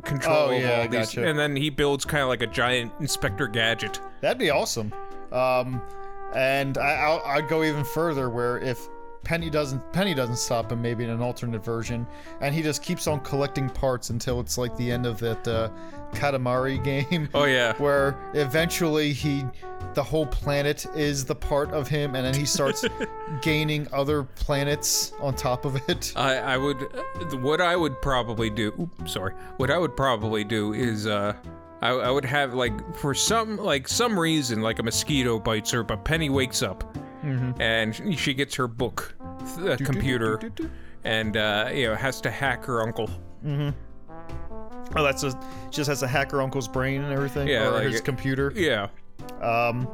[SPEAKER 2] control
[SPEAKER 1] Oh,
[SPEAKER 2] of
[SPEAKER 1] yeah, I
[SPEAKER 2] all these,
[SPEAKER 1] gotcha.
[SPEAKER 2] and then he builds kind of like a giant Inspector Gadget.
[SPEAKER 1] That'd be awesome. Um, and I, I'll, I'd go even further, where if Penny doesn't Penny doesn't stop him, maybe in an alternate version, and he just keeps on collecting parts until it's like the end of that uh, Katamari game.
[SPEAKER 2] Oh yeah,
[SPEAKER 1] Where eventually he, the whole planet is the part of him, and then he starts gaining other planets on top of it.
[SPEAKER 2] I, I would. uh, What I would probably do. oop, sorry. What I would probably do is, uh, I, I would have like for some like some reason like a mosquito bites her, but Penny wakes up, and she, she gets her book, the computer, and uh, you know has to hack her uncle.
[SPEAKER 1] Oh, that's a just has a hacker uncle's brain and everything,
[SPEAKER 2] Yeah,
[SPEAKER 1] or
[SPEAKER 2] like
[SPEAKER 1] his
[SPEAKER 2] it-
[SPEAKER 1] computer.
[SPEAKER 2] Yeah.
[SPEAKER 1] Um,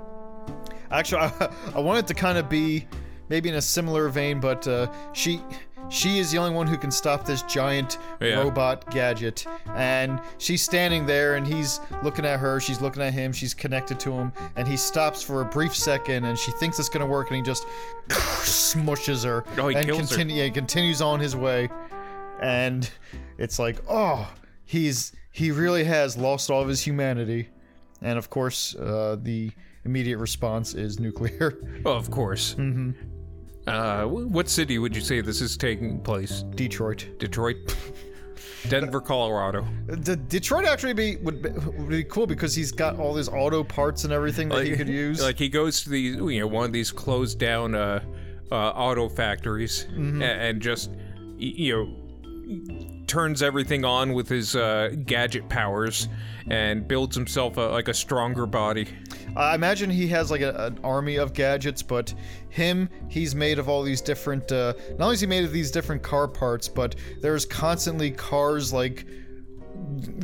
[SPEAKER 1] actually, I, I wanted to kind of be maybe in a similar vein, but uh, she she is the only one who can stop this giant
[SPEAKER 2] Yeah.
[SPEAKER 1] robot gadget, and she's standing there, and he's looking at her, she's looking at him, she's connected to him, and he stops for a brief second, and she thinks it's gonna work, and he just smushes her
[SPEAKER 2] Oh, he
[SPEAKER 1] and
[SPEAKER 2] kills her.
[SPEAKER 1] continue- yeah, continues on his way, and it's like, oh, he's he really has lost all of his humanity. And of course, uh, the immediate response is nuclear.
[SPEAKER 2] Oh, of course. Mm-hmm. Uh, wh- what city would you say this is taking place?
[SPEAKER 1] Detroit.
[SPEAKER 2] Detroit, Denver, Colorado.
[SPEAKER 1] The Detroit actually be would, be would be cool because he's got all these auto parts and everything that he could use.
[SPEAKER 2] Like he goes to these, you know, one of these closed down uh, uh, auto factories
[SPEAKER 1] Mm-hmm.
[SPEAKER 2] a- and just, y- you know, turns everything on with his uh, gadget powers and builds himself a, like a stronger body.
[SPEAKER 1] I imagine he has like a, an army of gadgets, but him, he's made of all these different. Uh, not only is he made of these different car parts, but there's constantly cars like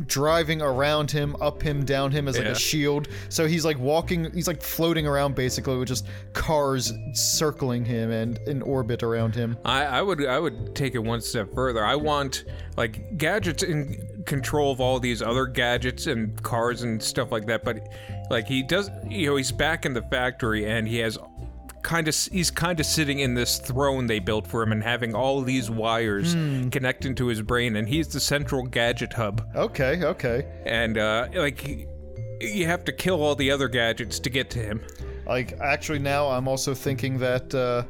[SPEAKER 1] driving around him, up him, down him as like
[SPEAKER 2] Yeah.
[SPEAKER 1] a shield. So he's like walking, he's like floating around basically with just cars circling him and in orbit around him.
[SPEAKER 2] I, I would I would take it one step further. I want like gadgets in control of all these other gadgets and cars and stuff like that. But like he does, you know, he's back in the factory and he has kind of he's kind of sitting in this throne they built for him and having all these wires connecting to his brain and he's the central gadget hub
[SPEAKER 1] Okay, okay.
[SPEAKER 2] and uh, like he- you have to kill all the other gadgets to get to him.
[SPEAKER 1] Like actually now, I'm also thinking that. Uh,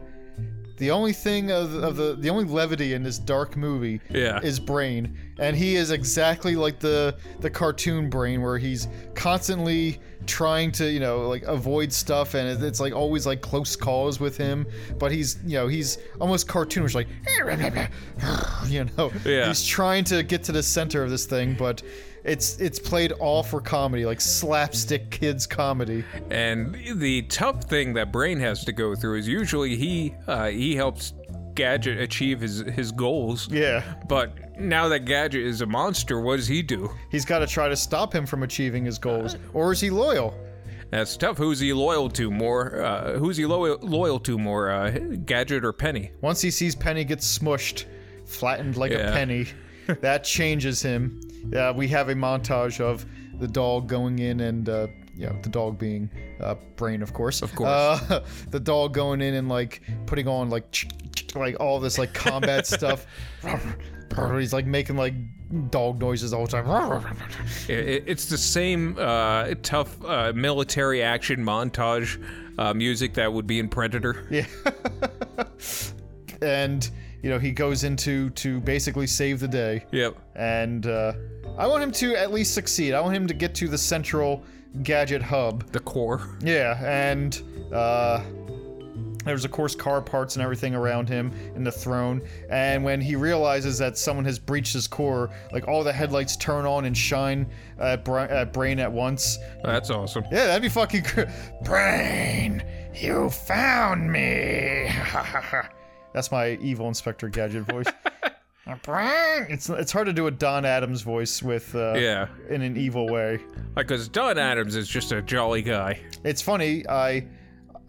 [SPEAKER 1] The only thing of, of the the only levity in this dark movie
[SPEAKER 2] Yeah.
[SPEAKER 1] is Brain, and he is exactly like the the cartoon Brain, where he's constantly trying to you know like avoid stuff, and it- it's like always like close calls with him. But he's you know he's almost cartoonish, like you know
[SPEAKER 2] Yeah.
[SPEAKER 1] he's trying to get to the center of this thing, but. It's it's played all for comedy, like slapstick kids comedy.
[SPEAKER 2] And the tough thing that Brain has to go through is usually he uh, he helps Gadget achieve his his goals.
[SPEAKER 1] Yeah.
[SPEAKER 2] But now that Gadget is a monster, what does he do?
[SPEAKER 1] He's got to try to stop him from achieving his goals, or is he loyal?
[SPEAKER 2] That's tough. Who's he loyal to more? Uh, who's he loyal loyal to more, uh, Gadget or Penny?
[SPEAKER 1] Once he sees Penny get smushed, flattened like
[SPEAKER 2] Yeah.
[SPEAKER 1] a penny, that changes him. Uh, we have a montage of the dog going in and, uh, you know, the dog being uh, brain, of course. Of
[SPEAKER 2] course.
[SPEAKER 1] Uh, the dog going in and like putting on like like all this like combat stuff. He's like making like dog noises all the time.
[SPEAKER 2] I- I- it's the same uh, tough uh, military action montage uh, music that would be in Predator.
[SPEAKER 1] And you know he goes into to basically save the day.
[SPEAKER 2] Yep.
[SPEAKER 1] and uh, I want him to at least succeed. I want him to get to the central gadget hub.
[SPEAKER 2] The core.
[SPEAKER 1] Yeah, and uh, there's of course car parts and everything around him in the throne. And when he realizes that someone has breached his core, like all the headlights turn on and shine at, Bra- at Brain at once.
[SPEAKER 2] That's awesome.
[SPEAKER 1] Yeah, that'd be fucking cr- Brain. You found me. That's my evil Inspector Gadget voice. Brain. It's it's hard to do a Don Adams voice with uh,
[SPEAKER 2] Yeah.
[SPEAKER 1] in an evil way.
[SPEAKER 2] Because Don Adams is just a jolly guy.
[SPEAKER 1] It's funny. I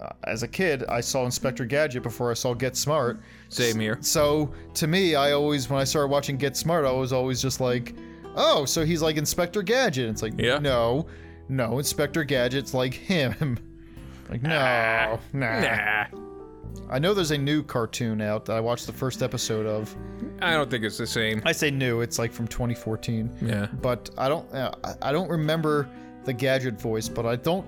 [SPEAKER 1] uh, as a kid I saw Inspector Gadget before I saw Get Smart.
[SPEAKER 2] Same here.
[SPEAKER 1] So to me, I always when I started watching Get Smart, I was always just like, oh, so he's like Inspector Gadget. It's like
[SPEAKER 2] Yeah.
[SPEAKER 1] no, no, Inspector Gadget's like him. Like no, nah.
[SPEAKER 2] Nah.
[SPEAKER 1] I know there's a new cartoon out that I watched the first episode of.
[SPEAKER 2] I don't think it's the same.
[SPEAKER 1] I say new, it's like from 2014.
[SPEAKER 2] Yeah.
[SPEAKER 1] But I don't uh, I- I don't remember the gadget voice, but I don't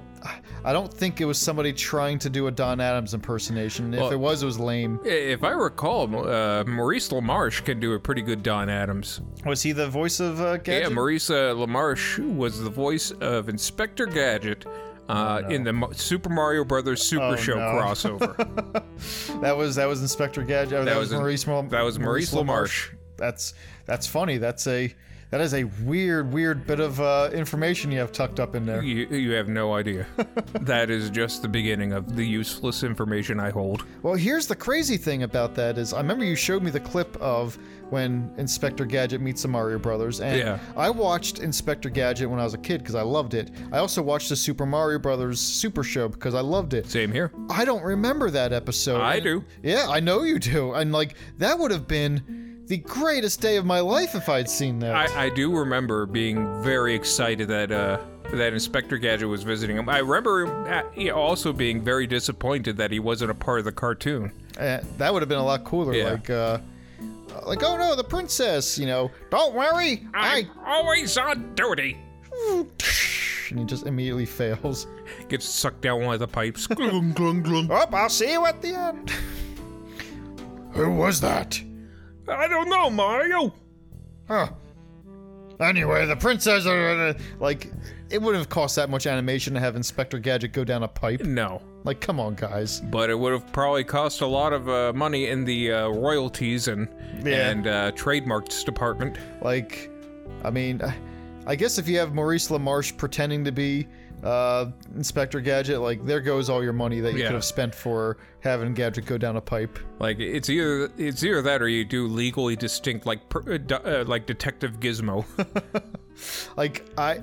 [SPEAKER 1] I don't think it was somebody trying to do a Don Adams impersonation. If
[SPEAKER 2] Well-
[SPEAKER 1] it was, it was lame.
[SPEAKER 2] If I recall, uh, Maurice LaMarche can do a pretty good Don Adams.
[SPEAKER 1] Was he the voice of uh,
[SPEAKER 2] Yeah,
[SPEAKER 1] Gadget?
[SPEAKER 2] Marisa LaMarche was the voice of Inspector Gadget uh, in the Mo- Super Mario Brothers Super Show
[SPEAKER 1] no.
[SPEAKER 2] crossover.
[SPEAKER 1] That was that was Inspector Gadget. That, was,
[SPEAKER 2] was-
[SPEAKER 1] Maurice. Mal-
[SPEAKER 2] that was Maurice LaMarche.
[SPEAKER 1] That's that's funny. That's a that is a weird weird bit of uh, information you have tucked up in there.
[SPEAKER 2] you, you have no idea. that is just the beginning of the useless information I hold.
[SPEAKER 1] Well, here's the crazy thing about that is I remember you showed me the clip of when Inspector Gadget meets the Mario Brothers, and
[SPEAKER 2] Yeah.
[SPEAKER 1] I watched Inspector Gadget when I was a kid because I loved it. I also watched the Super Mario Brothers Super Show because I loved it.
[SPEAKER 2] Same here.
[SPEAKER 1] I don't remember that episode.
[SPEAKER 2] I
[SPEAKER 1] And-
[SPEAKER 2] do.
[SPEAKER 1] Yeah, I know you do. And like that would have been the greatest day of my life if I'd seen that.
[SPEAKER 2] I, I do remember being very excited that uh, that Inspector Gadget was visiting him. I remember uh, yeah, also being very disappointed that he wasn't a part of the cartoon.
[SPEAKER 1] Uh, that would have been a lot cooler.
[SPEAKER 2] Yeah.
[SPEAKER 1] Like, uh, like oh no, the princess. You know, don't worry, I.
[SPEAKER 2] always on duty.
[SPEAKER 1] And he just immediately fails.
[SPEAKER 2] Gets sucked down one of the pipes.
[SPEAKER 1] Oh, I'll see you at the end. Who was that?
[SPEAKER 2] I don't know, Mario.
[SPEAKER 1] Huh. Anyway, the princess. uh, Like, it wouldn't have cost that much animation to have Inspector Gadget go down a pipe.
[SPEAKER 2] No,
[SPEAKER 1] Like, come on, guys.
[SPEAKER 2] but it would have probably cost a lot of uh, money in the uh, royalties and
[SPEAKER 1] Yeah.
[SPEAKER 2] and uh, trademarks department.
[SPEAKER 1] Like, I mean, uh, I guess if you have Maurice LaMarche pretending to be uh, Inspector Gadget, like, there goes all your money that you
[SPEAKER 2] Yeah.
[SPEAKER 1] could have spent for having Gadget go down a pipe.
[SPEAKER 2] Like it's either it's either that or you do legally distinct, like per, uh, d- uh, like Detective Gizmo.
[SPEAKER 1] like I,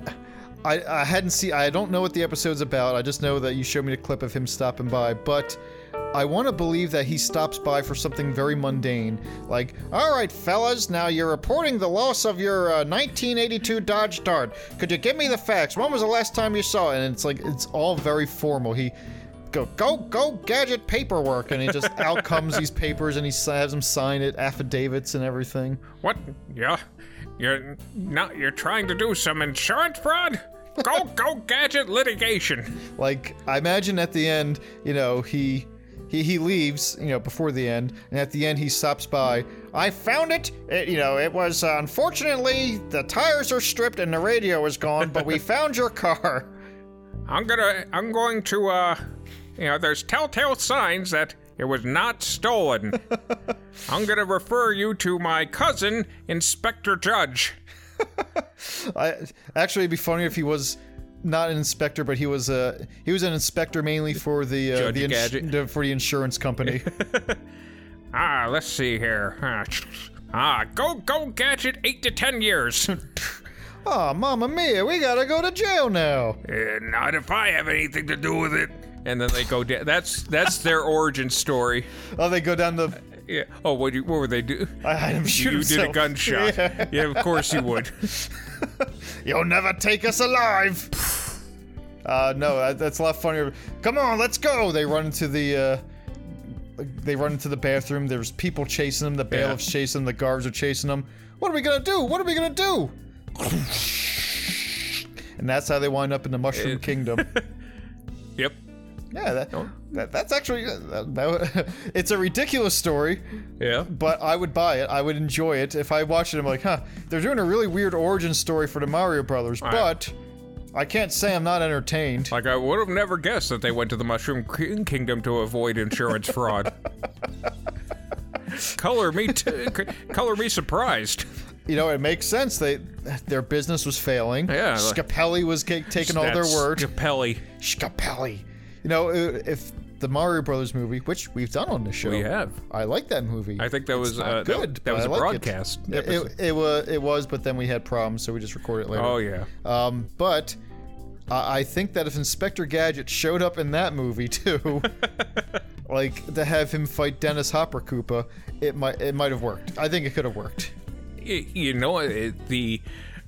[SPEAKER 1] I I hadn't seen I don't know what the episode's about. I just know that you showed me the clip of him stopping by, but I want to believe that he stops by for something very mundane, like "All right, fellas, now you're reporting the loss of your uh, 1982 Dodge Dart. Could you give me the facts? When was the last time you saw it?" And it's like it's all very formal. He. Go, go, go, gadget paperwork. And he just out comes these papers and he si- has him sign it, affidavits and everything.
[SPEAKER 2] What? Yeah, you're not. You're trying to do some insurance fraud? Go, go, gadget litigation.
[SPEAKER 1] Like, I imagine at the end, you know, he he he leaves, you know, before the end, and at the end he stops by. I found it. it you know, it was uh, unfortunately the tires are stripped and the radio is gone, but we found your car.
[SPEAKER 2] I'm gonna. I'm going to. Uh, you know, there's telltale signs that it was not stolen. I'm gonna refer you to my cousin, Inspector Judge.
[SPEAKER 1] I actually it'd be funny if he was not an inspector, but he was a he was an inspector mainly for the uh,
[SPEAKER 2] Judge
[SPEAKER 1] the, ins-
[SPEAKER 2] Gadget.
[SPEAKER 1] the- for the insurance company.
[SPEAKER 2] Ah, let's see here. Ah, Ah, go, go, gadget, eight to ten years.
[SPEAKER 1] oh, mamma mia, we gotta go to jail now.
[SPEAKER 2] Eh, not if I have anything to do with it. And then they go down. That's that's their origin story.
[SPEAKER 1] Oh, they go down the.
[SPEAKER 2] Yeah. Oh, what, do you, what would they do?
[SPEAKER 1] I had him shoot
[SPEAKER 2] you did a
[SPEAKER 1] Uh, himself.
[SPEAKER 2] gunshot. Yeah. of course you would.
[SPEAKER 1] You'll never take us alive. Uh, no, that, that's a lot funnier. Come on, let's go. They run into the. Uh, they run into the bathroom. There's people chasing them. The bailiffs chasing them. The guards are chasing them. What are we gonna do? What are we gonna do? And that's how they wind up in the Mushroom Kingdom.
[SPEAKER 2] Yep.
[SPEAKER 1] Yeah, that, that that's actually uh, that, that- it's a ridiculous story,
[SPEAKER 2] Yeah.
[SPEAKER 1] but I would buy it. I would enjoy it if I watched it. I'm like, huh, they're doing a really weird origin story for the Mario Brothers, but I can't say I'm not entertained.
[SPEAKER 2] Like I would have never guessed that they went to the Mushroom Ki- Kingdom to avoid insurance fraud. color me, t- c- color me surprised.
[SPEAKER 1] You know, it makes sense. They their business was failing.
[SPEAKER 2] Yeah, like-
[SPEAKER 1] Scapelli was ca- taking all their
[SPEAKER 2] That's
[SPEAKER 1] word.
[SPEAKER 2] Capelli.
[SPEAKER 1] Scapelli. You know, i- if the Mario Brothers movie, which we've done on this show,
[SPEAKER 2] We have.
[SPEAKER 1] I like that movie.
[SPEAKER 2] I think that was
[SPEAKER 1] Not
[SPEAKER 2] uh, that-
[SPEAKER 1] good.
[SPEAKER 2] That,
[SPEAKER 1] but
[SPEAKER 2] was
[SPEAKER 1] I
[SPEAKER 2] a
[SPEAKER 1] like it.
[SPEAKER 2] broadcast.
[SPEAKER 1] It,
[SPEAKER 2] episode.
[SPEAKER 1] it, it was. It was, but then we had problems, so we just recorded it later.
[SPEAKER 2] oh yeah.
[SPEAKER 1] Um, but I I think that if Inspector Gadget showed up in that movie too, like to have him fight Dennis Hopper Koopa, it might it might have worked. I think it could have worked.
[SPEAKER 2] Y- you know it, the,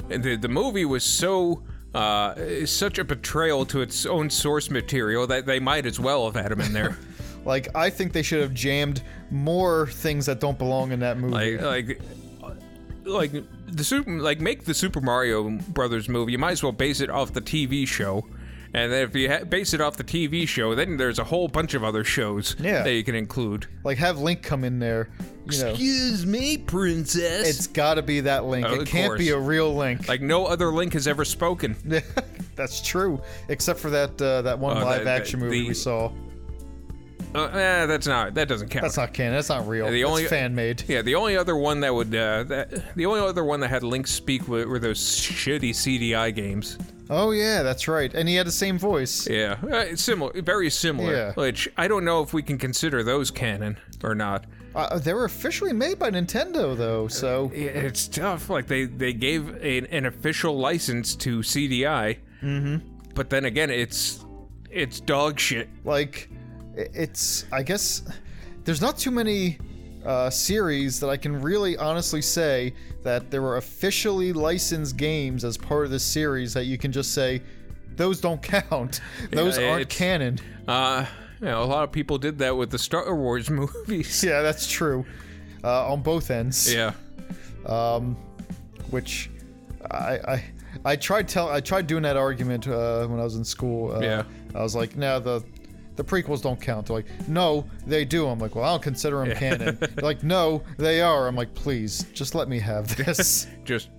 [SPEAKER 2] the the movie was so uh, such a betrayal to its own source material that they might as well have had him in there.
[SPEAKER 1] Like I think they should have jammed more things that don't belong in that movie.
[SPEAKER 2] like like uh, like the super like make the Super Mario Brothers movie. You might as well base it off the TV show. And then if you ha- base it off the TV show, then there's a whole bunch of other shows
[SPEAKER 1] Yeah.
[SPEAKER 2] that you can include.
[SPEAKER 1] like have Link come in there. You know,
[SPEAKER 2] Excuse me, princess.
[SPEAKER 1] it's got to be that Link.
[SPEAKER 2] Oh,
[SPEAKER 1] it
[SPEAKER 2] of
[SPEAKER 1] can't be
[SPEAKER 2] course.
[SPEAKER 1] a real Link.
[SPEAKER 2] like no other Link has ever spoken.
[SPEAKER 1] That's true, except for that uh, that one
[SPEAKER 2] Oh, that-
[SPEAKER 1] live action
[SPEAKER 2] that-
[SPEAKER 1] movie
[SPEAKER 2] the-
[SPEAKER 1] we saw.
[SPEAKER 2] Uh, eh, that's not. That doesn't count.
[SPEAKER 1] That's not canon. That's not real.
[SPEAKER 2] the
[SPEAKER 1] It's
[SPEAKER 2] only-
[SPEAKER 1] fan made.
[SPEAKER 2] Yeah, the only other one that would uh, that the only other one that had Link speak were, were those shitty CDI games.
[SPEAKER 1] Oh yeah, that's right. And he had the same voice.
[SPEAKER 2] Yeah, uh, similar, very similar.
[SPEAKER 1] Yeah.
[SPEAKER 2] Which I don't know if we can consider those canon or not.
[SPEAKER 1] Uh, they were officially made by Nintendo
[SPEAKER 2] Uh,
[SPEAKER 1] though, so
[SPEAKER 2] I- It's tough. Like they they gave an, an official license to CDI, mm-hmm. but then again, it's it's dog shit.
[SPEAKER 1] like i- it's I guess there's not too many uh, series that I can really honestly say that there were officially licensed games as part of this series that you can just say those don't count. Those
[SPEAKER 2] Yeah,
[SPEAKER 1] aren't
[SPEAKER 2] it's-
[SPEAKER 1] canon.
[SPEAKER 2] Uh, you know, a lot of people did that with the Star Wars movies.
[SPEAKER 1] Yeah, that's true. Uh, on both ends.
[SPEAKER 2] Yeah.
[SPEAKER 1] which I I I tried tell I tried doing that argument uh, when I was in school. Uh,
[SPEAKER 2] Yeah.
[SPEAKER 1] I was like, no, the the prequels don't count. They're like, no, they do. I'm like, well, I don't consider them canon. They're like, no, they are. I'm like, please, just let me have this.
[SPEAKER 2] Just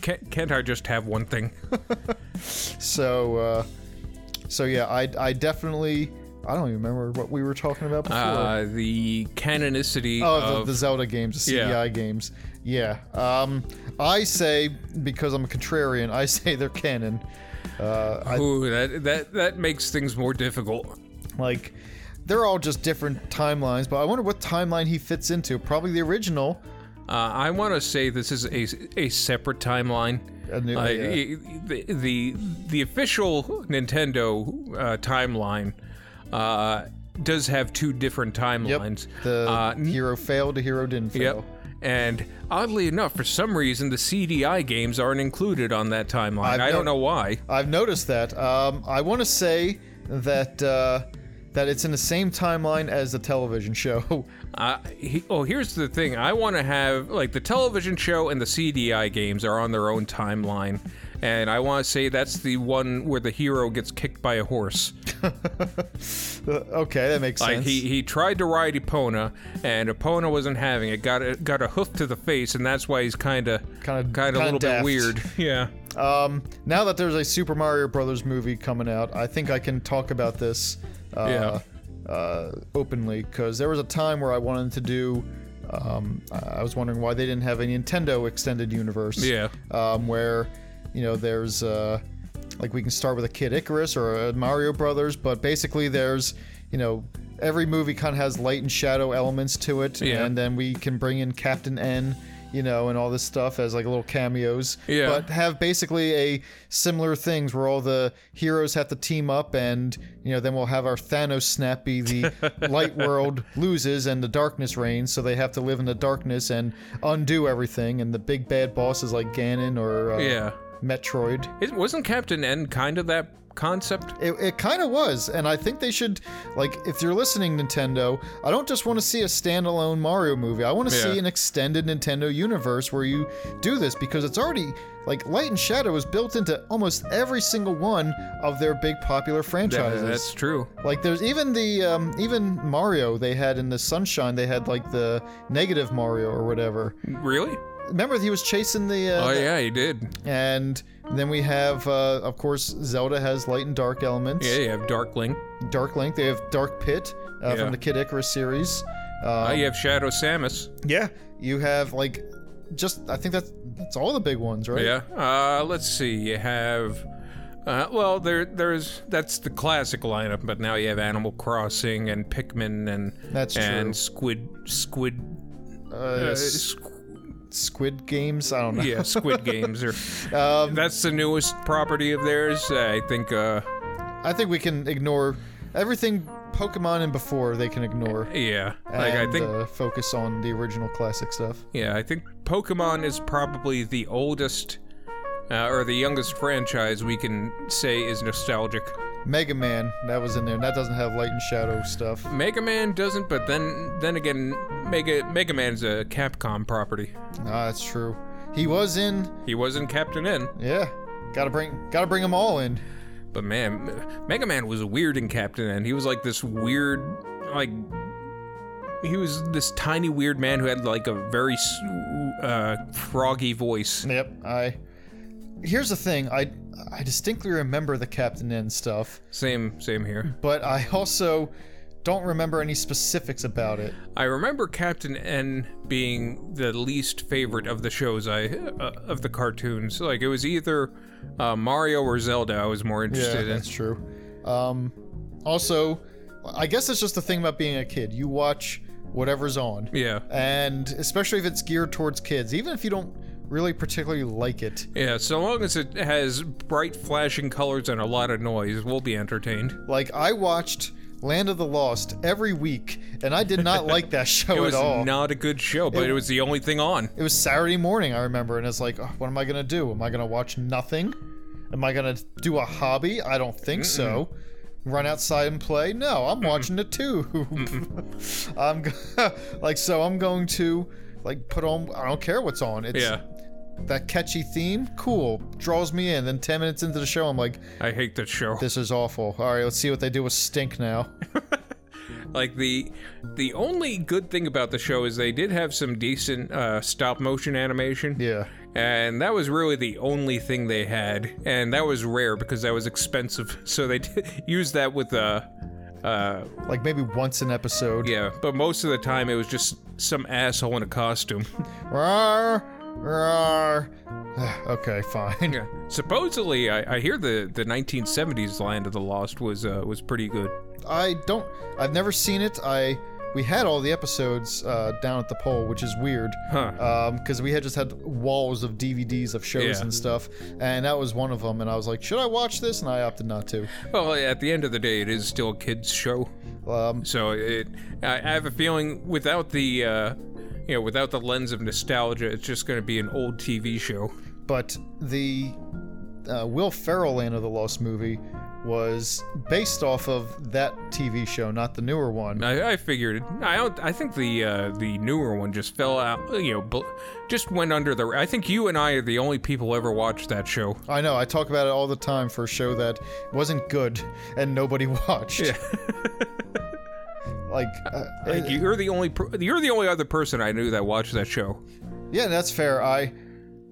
[SPEAKER 2] can't, can't I just have one thing?
[SPEAKER 1] so, uh, so yeah, I I definitely I don't even remember what we were talking about before.
[SPEAKER 2] Uh, the canonicity
[SPEAKER 1] Oh, the,
[SPEAKER 2] of
[SPEAKER 1] the Zelda games, the CDI
[SPEAKER 2] Yeah.
[SPEAKER 1] games. Yeah. Um, I say because I'm a contrarian, I say they're canon. Uh, I
[SPEAKER 2] ooh, that that that makes things more difficult.
[SPEAKER 1] Like, they're all just different timelines, but I wonder what timeline he fits into. Probably the original.
[SPEAKER 2] Uh, I want to say this is a a separate timeline.
[SPEAKER 1] A new-
[SPEAKER 2] Uh,
[SPEAKER 1] yeah.
[SPEAKER 2] it- the, the the official Nintendo uh, timeline uh, does have two different
[SPEAKER 1] Yep.
[SPEAKER 2] timelines.
[SPEAKER 1] The
[SPEAKER 2] uh, n-
[SPEAKER 1] hero failed, the hero didn't fail.
[SPEAKER 2] yep. And oddly enough, for some reason, the CDI games aren't included on that timeline.
[SPEAKER 1] I've
[SPEAKER 2] I don't
[SPEAKER 1] no-
[SPEAKER 2] know why.
[SPEAKER 1] I've noticed that. Um, I want to say that uh, that it's in the same timeline as the television show.
[SPEAKER 2] Uh, he, oh, here's the thing. I want to have like the television show and the CDI games are on their own timeline, and I want to say that's the one where the hero gets kicked by a horse.
[SPEAKER 1] okay, that makes
[SPEAKER 2] Like
[SPEAKER 1] sense.
[SPEAKER 2] he, he tried to ride Epona, and Epona wasn't having it. Got a, got a hoof to the face, and that's why he's kind of
[SPEAKER 1] Kinda-
[SPEAKER 2] kind
[SPEAKER 1] kinda
[SPEAKER 2] of a little
[SPEAKER 1] daft.
[SPEAKER 2] bit weird. Yeah.
[SPEAKER 1] Um, now that there's a Super Mario Brothers movie coming out, I think I can talk about this uh, uh, openly because there was a time where I wanted to do. Um, I I was wondering why they didn't have a Nintendo extended universe.
[SPEAKER 2] Yeah.
[SPEAKER 1] Um, where, you know, there's uh, like we can start with a Kid Icarus or a Mario Brothers, but basically there's, you know, every movie kind of has light and shadow elements to it,
[SPEAKER 2] Yeah.
[SPEAKER 1] and then we can bring in Captain N. You know, and all this stuff as like little cameos.
[SPEAKER 2] Yeah.
[SPEAKER 1] But have basically a similar things where all the heroes have to team up and you know then we'll have our Thanos snap be the light world loses and the darkness reigns so they have to live in the darkness and undo everything and the big bad boss is like Ganon or uh,
[SPEAKER 2] Yeah.
[SPEAKER 1] Metroid.
[SPEAKER 2] It, wasn't Captain N kind of that concept?
[SPEAKER 1] It, it kind of was, and I think they should, like, if you're listening, Nintendo, I don't just want to see a standalone Mario movie. I want to see
[SPEAKER 2] Yeah.
[SPEAKER 1] an extended Nintendo universe where you do this because it's already, like, Light and Shadow is built into almost every single one of their big popular
[SPEAKER 2] Yeah,
[SPEAKER 1] franchises.
[SPEAKER 2] that's true.
[SPEAKER 1] Like there's even the um, even Mario they had in the Sunshine they had like the negative Mario or whatever.
[SPEAKER 2] Really?
[SPEAKER 1] Remember he was chasing the uh,
[SPEAKER 2] Oh
[SPEAKER 1] the-
[SPEAKER 2] yeah, he did.
[SPEAKER 1] and then we have uh, of course Zelda has light and dark elements.
[SPEAKER 2] Yeah, you have Darkling.
[SPEAKER 1] Dark Link. They have Dark Pit uh,
[SPEAKER 2] Yeah.
[SPEAKER 1] from the Kid Icarus series.
[SPEAKER 2] Uh,
[SPEAKER 1] Um,
[SPEAKER 2] you have Shadow Samus.
[SPEAKER 1] yeah. You have like, just I think that's that's all the big ones, right?
[SPEAKER 2] Yeah. Uh, let's see. You have. Uh, well, there, there's that's the classic lineup, but now you have Animal Crossing and Pikmin and
[SPEAKER 1] That's
[SPEAKER 2] and
[SPEAKER 1] true.
[SPEAKER 2] Squid Squid
[SPEAKER 1] Uh,
[SPEAKER 2] uh,
[SPEAKER 1] s-
[SPEAKER 2] squ-
[SPEAKER 1] Squid Games. I don't know.
[SPEAKER 2] yeah Squid Games or
[SPEAKER 1] Um,
[SPEAKER 2] that's the newest property of theirs. I think. Uh,
[SPEAKER 1] I think we can ignore everything Pokemon and before they can ignore.
[SPEAKER 2] yeah, like I
[SPEAKER 1] and,
[SPEAKER 2] think
[SPEAKER 1] uh, focus on the original classic stuff.
[SPEAKER 2] Yeah, I think Pokemon is probably the oldest uh, or the youngest franchise we can say is nostalgic.
[SPEAKER 1] Mega Man that was in there. and That doesn't have light and shadow stuff.
[SPEAKER 2] Mega Man doesn't, but then then again, Mega Mega Man's a Capcom property.
[SPEAKER 1] Ah, that's true. He was in.
[SPEAKER 2] He wasn't Captain N,
[SPEAKER 1] Yeah. Gotta bring, gotta bring them all in.
[SPEAKER 2] but man, M- Mega Man was weird in Captain N. He was like this weird, like he was this tiny weird man who had like a very s- uh, froggy voice.
[SPEAKER 1] Yep. I. Here's the thing. I I distinctly remember the Captain N stuff,
[SPEAKER 2] Same same here.
[SPEAKER 1] but I also don't remember any specifics about it.
[SPEAKER 2] I remember Captain N being the least favorite of the shows I uh, of the cartoons. Like it was either uh, Mario or Zelda. I was more interested in.
[SPEAKER 1] that's true. Um, also, I guess it's just the thing about being a kid. You watch whatever's on,
[SPEAKER 2] Yeah,
[SPEAKER 1] and especially if it's geared towards kids, even if you don't really particularly like it.
[SPEAKER 2] yeah. So long as it has bright flashing colors and a lot of noise, we'll be entertained.
[SPEAKER 1] Like I watched Land of the Lost every week, and I did not like that show
[SPEAKER 2] It was
[SPEAKER 1] Oh, at all.
[SPEAKER 2] not a good show, but it, was the only thing on.
[SPEAKER 1] It was Saturday morning, I remember, and it's like, oh, what am I gonna do? Am I gonna watch nothing? Am I gonna do a hobby? I don't think so. Run outside and play? No, I'm watching the tube. I'm go- like, so I'm going to like put on. I don't care what's on. It's
[SPEAKER 2] Yeah,
[SPEAKER 1] that catchy theme. Cool, draws me in. Then ten minutes into the show, I'm like,
[SPEAKER 2] I hate that show.
[SPEAKER 1] this is awful. All right, let's see what they do with Stink now.
[SPEAKER 2] Like the the only good thing about the show is they did have some decent uh, stop motion animation.
[SPEAKER 1] Yeah,
[SPEAKER 2] and that was really the only thing they had, and that was rare because that was expensive. So they d- used that with uh, uh,
[SPEAKER 1] like maybe once an episode.
[SPEAKER 2] yeah, but most of the time it was just some asshole in a costume.
[SPEAKER 1] Rawr, rawr. okay, fine.
[SPEAKER 2] yeah. Supposedly, I, I hear the the 1970s Land of the Lost was uh, was pretty good.
[SPEAKER 1] I don't. I've never seen it. I we had all the episodes uh, down at the pole, which is weird,
[SPEAKER 2] Huh.
[SPEAKER 1] Because we had just had walls of DVDs of shows
[SPEAKER 2] Yeah.
[SPEAKER 1] and stuff, and that was one of them. And I was like, should I watch this? And I opted not to.
[SPEAKER 2] Well, at the end of the day, it is still a kids' show.
[SPEAKER 1] Um,
[SPEAKER 2] So it, I I have a feeling without the, uh, you know, without the lens of nostalgia, it's just going to be an old TV show.
[SPEAKER 1] but the uh, Will Ferrell Land of the Lost movie was based off of that TV show, not the newer one.
[SPEAKER 2] I, I figured. I don't. I think the uh, the newer one just fell out. You know, bl- just went under the. I think you and I are the only people who ever watched that show.
[SPEAKER 1] I know, I talk about it all the time for a show that wasn't good and nobody watched. like, uh,
[SPEAKER 2] Like, you're the only. Per- you're the only other person I knew that watched that show.
[SPEAKER 1] Yeah, that's fair. I,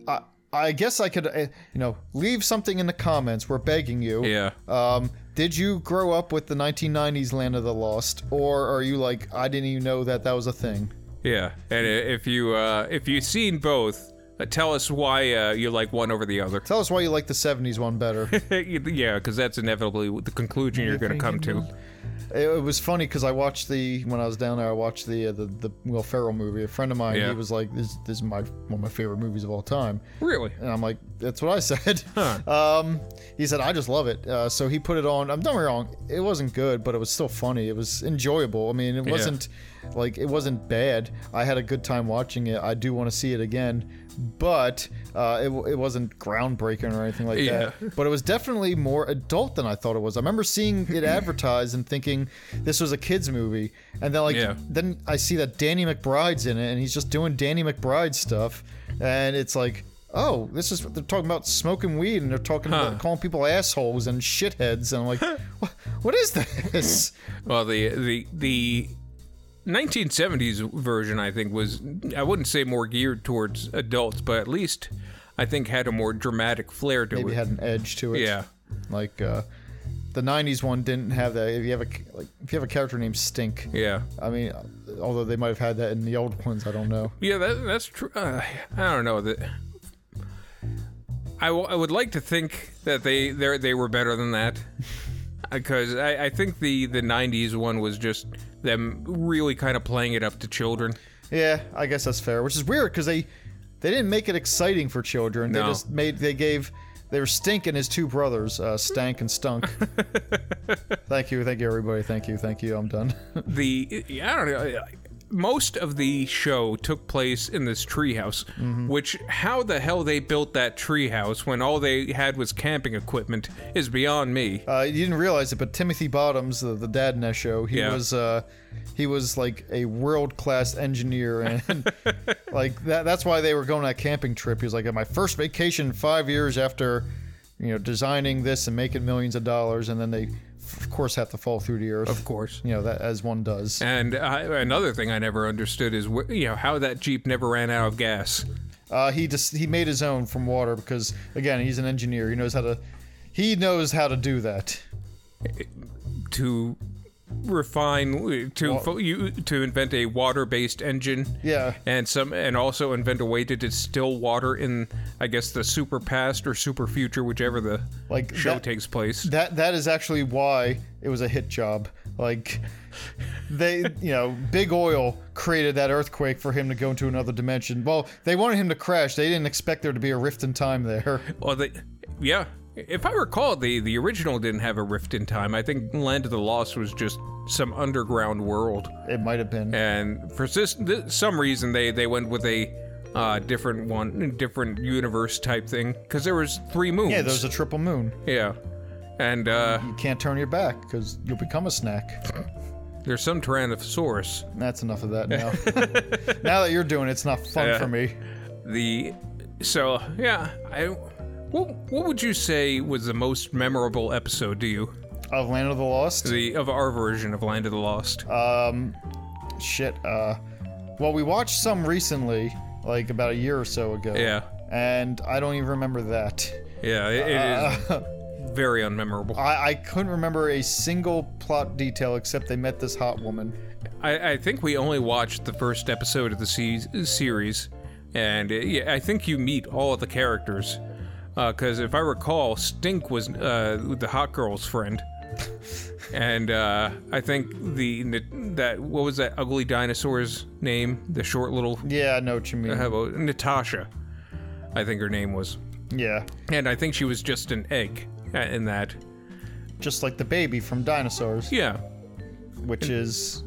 [SPEAKER 1] I, I guess I could, uh, you know, leave something in the comments. We're begging you.
[SPEAKER 2] Yeah.
[SPEAKER 1] Um, did you grow up with the 1990s Land of the Lost, or are you like I didn't even know that that was a thing?
[SPEAKER 2] Yeah. And i- if you uh, if you've seen both, uh, tell us why uh, you like one over the other.
[SPEAKER 1] Tell us why you like the 70s one better. it,
[SPEAKER 2] yeah, because that's inevitably the conclusion you're going to come to.
[SPEAKER 1] it was funny because I watched the when I was down there, I watched the uh, the, the Will Ferrell movie. A friend of mine,
[SPEAKER 2] Yeah.
[SPEAKER 1] he was like, "This this is my one of my favorite movies of all time."
[SPEAKER 2] Really?
[SPEAKER 1] And I'm like, that's what I said.
[SPEAKER 2] Huh.
[SPEAKER 1] Um, he said, I just love it. Uh, so he put it on. I'm not wrong. It wasn't good, but it was still funny. It was enjoyable. I mean, it wasn't like it wasn't bad. I had a good time watching it. I do want to see it again, but uh, it, w- it wasn't groundbreaking or anything like
[SPEAKER 2] Yeah.
[SPEAKER 1] that. But it was definitely more adult than I thought it was. I remember seeing it advertised and thinking this was a kids movie, and then like
[SPEAKER 2] Yeah.
[SPEAKER 1] then I see that Danny McBride's in it, and he's just doing Danny McBride stuff, and it's like, oh, this is they're talking about smoking weed, and they're talking
[SPEAKER 2] Huh.
[SPEAKER 1] about calling people assholes and shitheads, and I'm like, what, what is this?
[SPEAKER 2] Well, the the the 1970s version, I think, was I wouldn't say more geared towards adults, but at least I think had a more dramatic flair to
[SPEAKER 1] Maybe
[SPEAKER 2] it.
[SPEAKER 1] it had an edge to it.
[SPEAKER 2] yeah,
[SPEAKER 1] like uh, the '90s one didn't have that. If you have a like, if you have a character named Stink,
[SPEAKER 2] yeah,
[SPEAKER 1] I mean, although they might have had that in the old ones, I don't know.
[SPEAKER 2] yeah. That, that's true. Uh, I don't know that. I, w- I would like to think that they they they were better than that, because I, I think the the 90s one was just them really kind of playing it up to children.
[SPEAKER 1] Yeah, I guess that's fair. Which is weird because they they didn't make it exciting for children. They
[SPEAKER 2] No.
[SPEAKER 1] just made they gave they were Stink and his two brothers, uh, Stank and Stunk. thank you, thank you, everybody. Thank you, thank you. I'm done.
[SPEAKER 2] the I don't know. Most of the show took place in this treehouse,
[SPEAKER 1] Mm-hmm.
[SPEAKER 2] which how the hell they built that treehouse when all they had was camping equipment is beyond me.
[SPEAKER 1] Uh, you didn't realize it, but Timothy Bottoms, the, the dad in that show, he
[SPEAKER 2] Yeah.
[SPEAKER 1] was uh, he was like a world class engineer, and like that, that's why they were going on a camping trip. He was like, my first vacation in five years after, you know, designing this and making millions of dollars, and then they, of course, have to fall through the earth.
[SPEAKER 2] Of course.
[SPEAKER 1] you know that as one does.
[SPEAKER 2] And I, another thing I never understood is wh- you know how that jeep never ran out of gas.
[SPEAKER 1] Uh, he just he made his own from water because again he's an engineer. He knows how to he knows how to do that.
[SPEAKER 2] to refine to fo- you to invent a water-based engine
[SPEAKER 1] Yeah.
[SPEAKER 2] and some and also invent a way to distill water in i guess the super past or super future whichever the
[SPEAKER 1] Like
[SPEAKER 2] show
[SPEAKER 1] that-
[SPEAKER 2] takes place
[SPEAKER 1] That that is actually why it was a hit job. Like they you know big oil created that earthquake for him to go into another dimension. Well, they wanted him to crash. They didn't expect there to be a rift in time there.
[SPEAKER 2] well they yeah if i recall the the original didn't have a rift in time i think land of the lost was just some underground world
[SPEAKER 1] It might have been.
[SPEAKER 2] and for sis- th- some reason they they went with a uh, different one different universe type thing because there was three moons
[SPEAKER 1] Yeah, there's a triple moon.
[SPEAKER 2] Yeah. And uh,
[SPEAKER 1] You can't turn your back because you'll become a snack.
[SPEAKER 2] there's some Tyrannosaurus.
[SPEAKER 1] That's enough of that now. now that you're doing it, it's not fun
[SPEAKER 2] Yeah.
[SPEAKER 1] for me.
[SPEAKER 2] The so yeah, I what what would you say was the most memorable episode to you?
[SPEAKER 1] Of Land of the Lost.
[SPEAKER 2] The of our version of Land of the Lost.
[SPEAKER 1] shit uh well we watched some recently like about a year or so ago
[SPEAKER 2] yeah.
[SPEAKER 1] and i don't even remember that
[SPEAKER 2] Yeah, it, it is very unmemorable.
[SPEAKER 1] I, I couldn't remember a single plot detail except they met this hot woman
[SPEAKER 2] I, I think we only watched the first episode of the se- series, and uh, yeah, I think you meet all of the characters. Because if I recall, Stink was uh, the hot girl's friend, and uh, I think the, that what was that ugly dinosaur's name? The short little
[SPEAKER 1] yeah i know what you mean
[SPEAKER 2] how about- Natasha, I think her name was,
[SPEAKER 1] yeah
[SPEAKER 2] and I think she was just an egg uh, in that.
[SPEAKER 1] just like the baby from dinosaurs
[SPEAKER 2] Yeah,
[SPEAKER 1] which is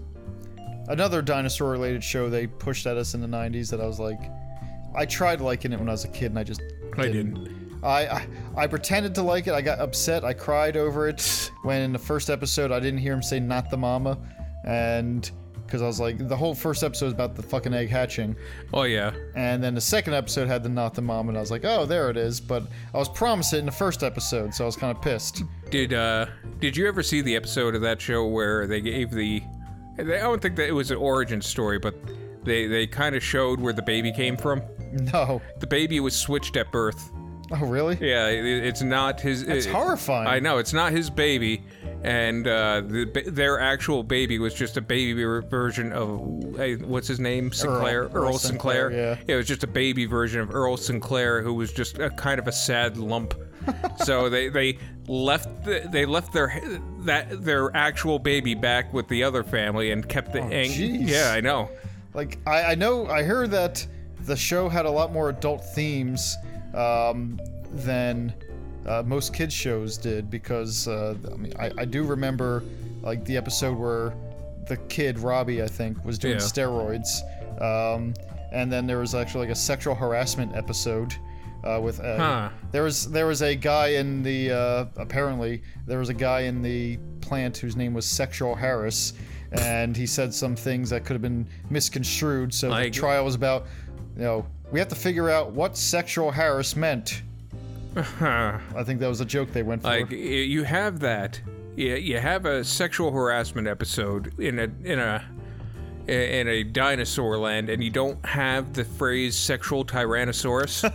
[SPEAKER 1] another dinosaur related show they pushed at us in the 90s that i was like i tried liking it when i was a kid and i just
[SPEAKER 2] I didn't.
[SPEAKER 1] I, I I pretended to like it. I got upset. I cried over it when in the first episode I didn't hear him say "not the mama," and because I was like, the whole first episode is about the fucking egg hatching,
[SPEAKER 2] Oh yeah.
[SPEAKER 1] and then the second episode had the "not the mama," and I was like, oh, there it is. But I was promised it in the first episode, so I was kind of pissed.
[SPEAKER 2] Did uh did you ever see the episode of that show where they gave the I don't think that it was an origin story, but they they kind of showed where the baby came from.
[SPEAKER 1] No.
[SPEAKER 2] The baby was switched at birth.
[SPEAKER 1] Oh, really?
[SPEAKER 2] Yeah, it, it's not his.
[SPEAKER 1] It's
[SPEAKER 2] it-
[SPEAKER 1] horrifying.
[SPEAKER 2] I know it's not his baby, and uh, the, ba- their actual baby was just a baby ver- version of hey, what's his name Sinclair
[SPEAKER 1] Earl Sinclair, yeah.
[SPEAKER 2] it was just a baby version of Earl Sinclair, who was just a kind of a sad lump. so they they left the, they left their that their actual baby back with the other family and kept the ang-
[SPEAKER 1] Oh, jeez.
[SPEAKER 2] yeah I know
[SPEAKER 1] Like I, I know I heard that the show had a lot more adult themes um, than uh, most kids shows did because uh, I mean I, I do remember like the episode where the kid Robbie I think was doing
[SPEAKER 2] Yeah.
[SPEAKER 1] steroids, um, and then there was actually like a sexual harassment episode. Uh, with a,
[SPEAKER 2] Huh.
[SPEAKER 1] there was there was a guy in the uh, apparently there was a guy in the plant whose name was Sexual Harris, and he said some things that could have been misconstrued. So
[SPEAKER 2] Like-
[SPEAKER 1] the trial was about, you know, we have to figure out what sexual harass meant. I think that was a joke they went for.
[SPEAKER 2] Like y- you have that. Yeah, you have a sexual harassment episode in a in a in a dinosaur land, and you don't have the phrase "sexual tyrannosaurus."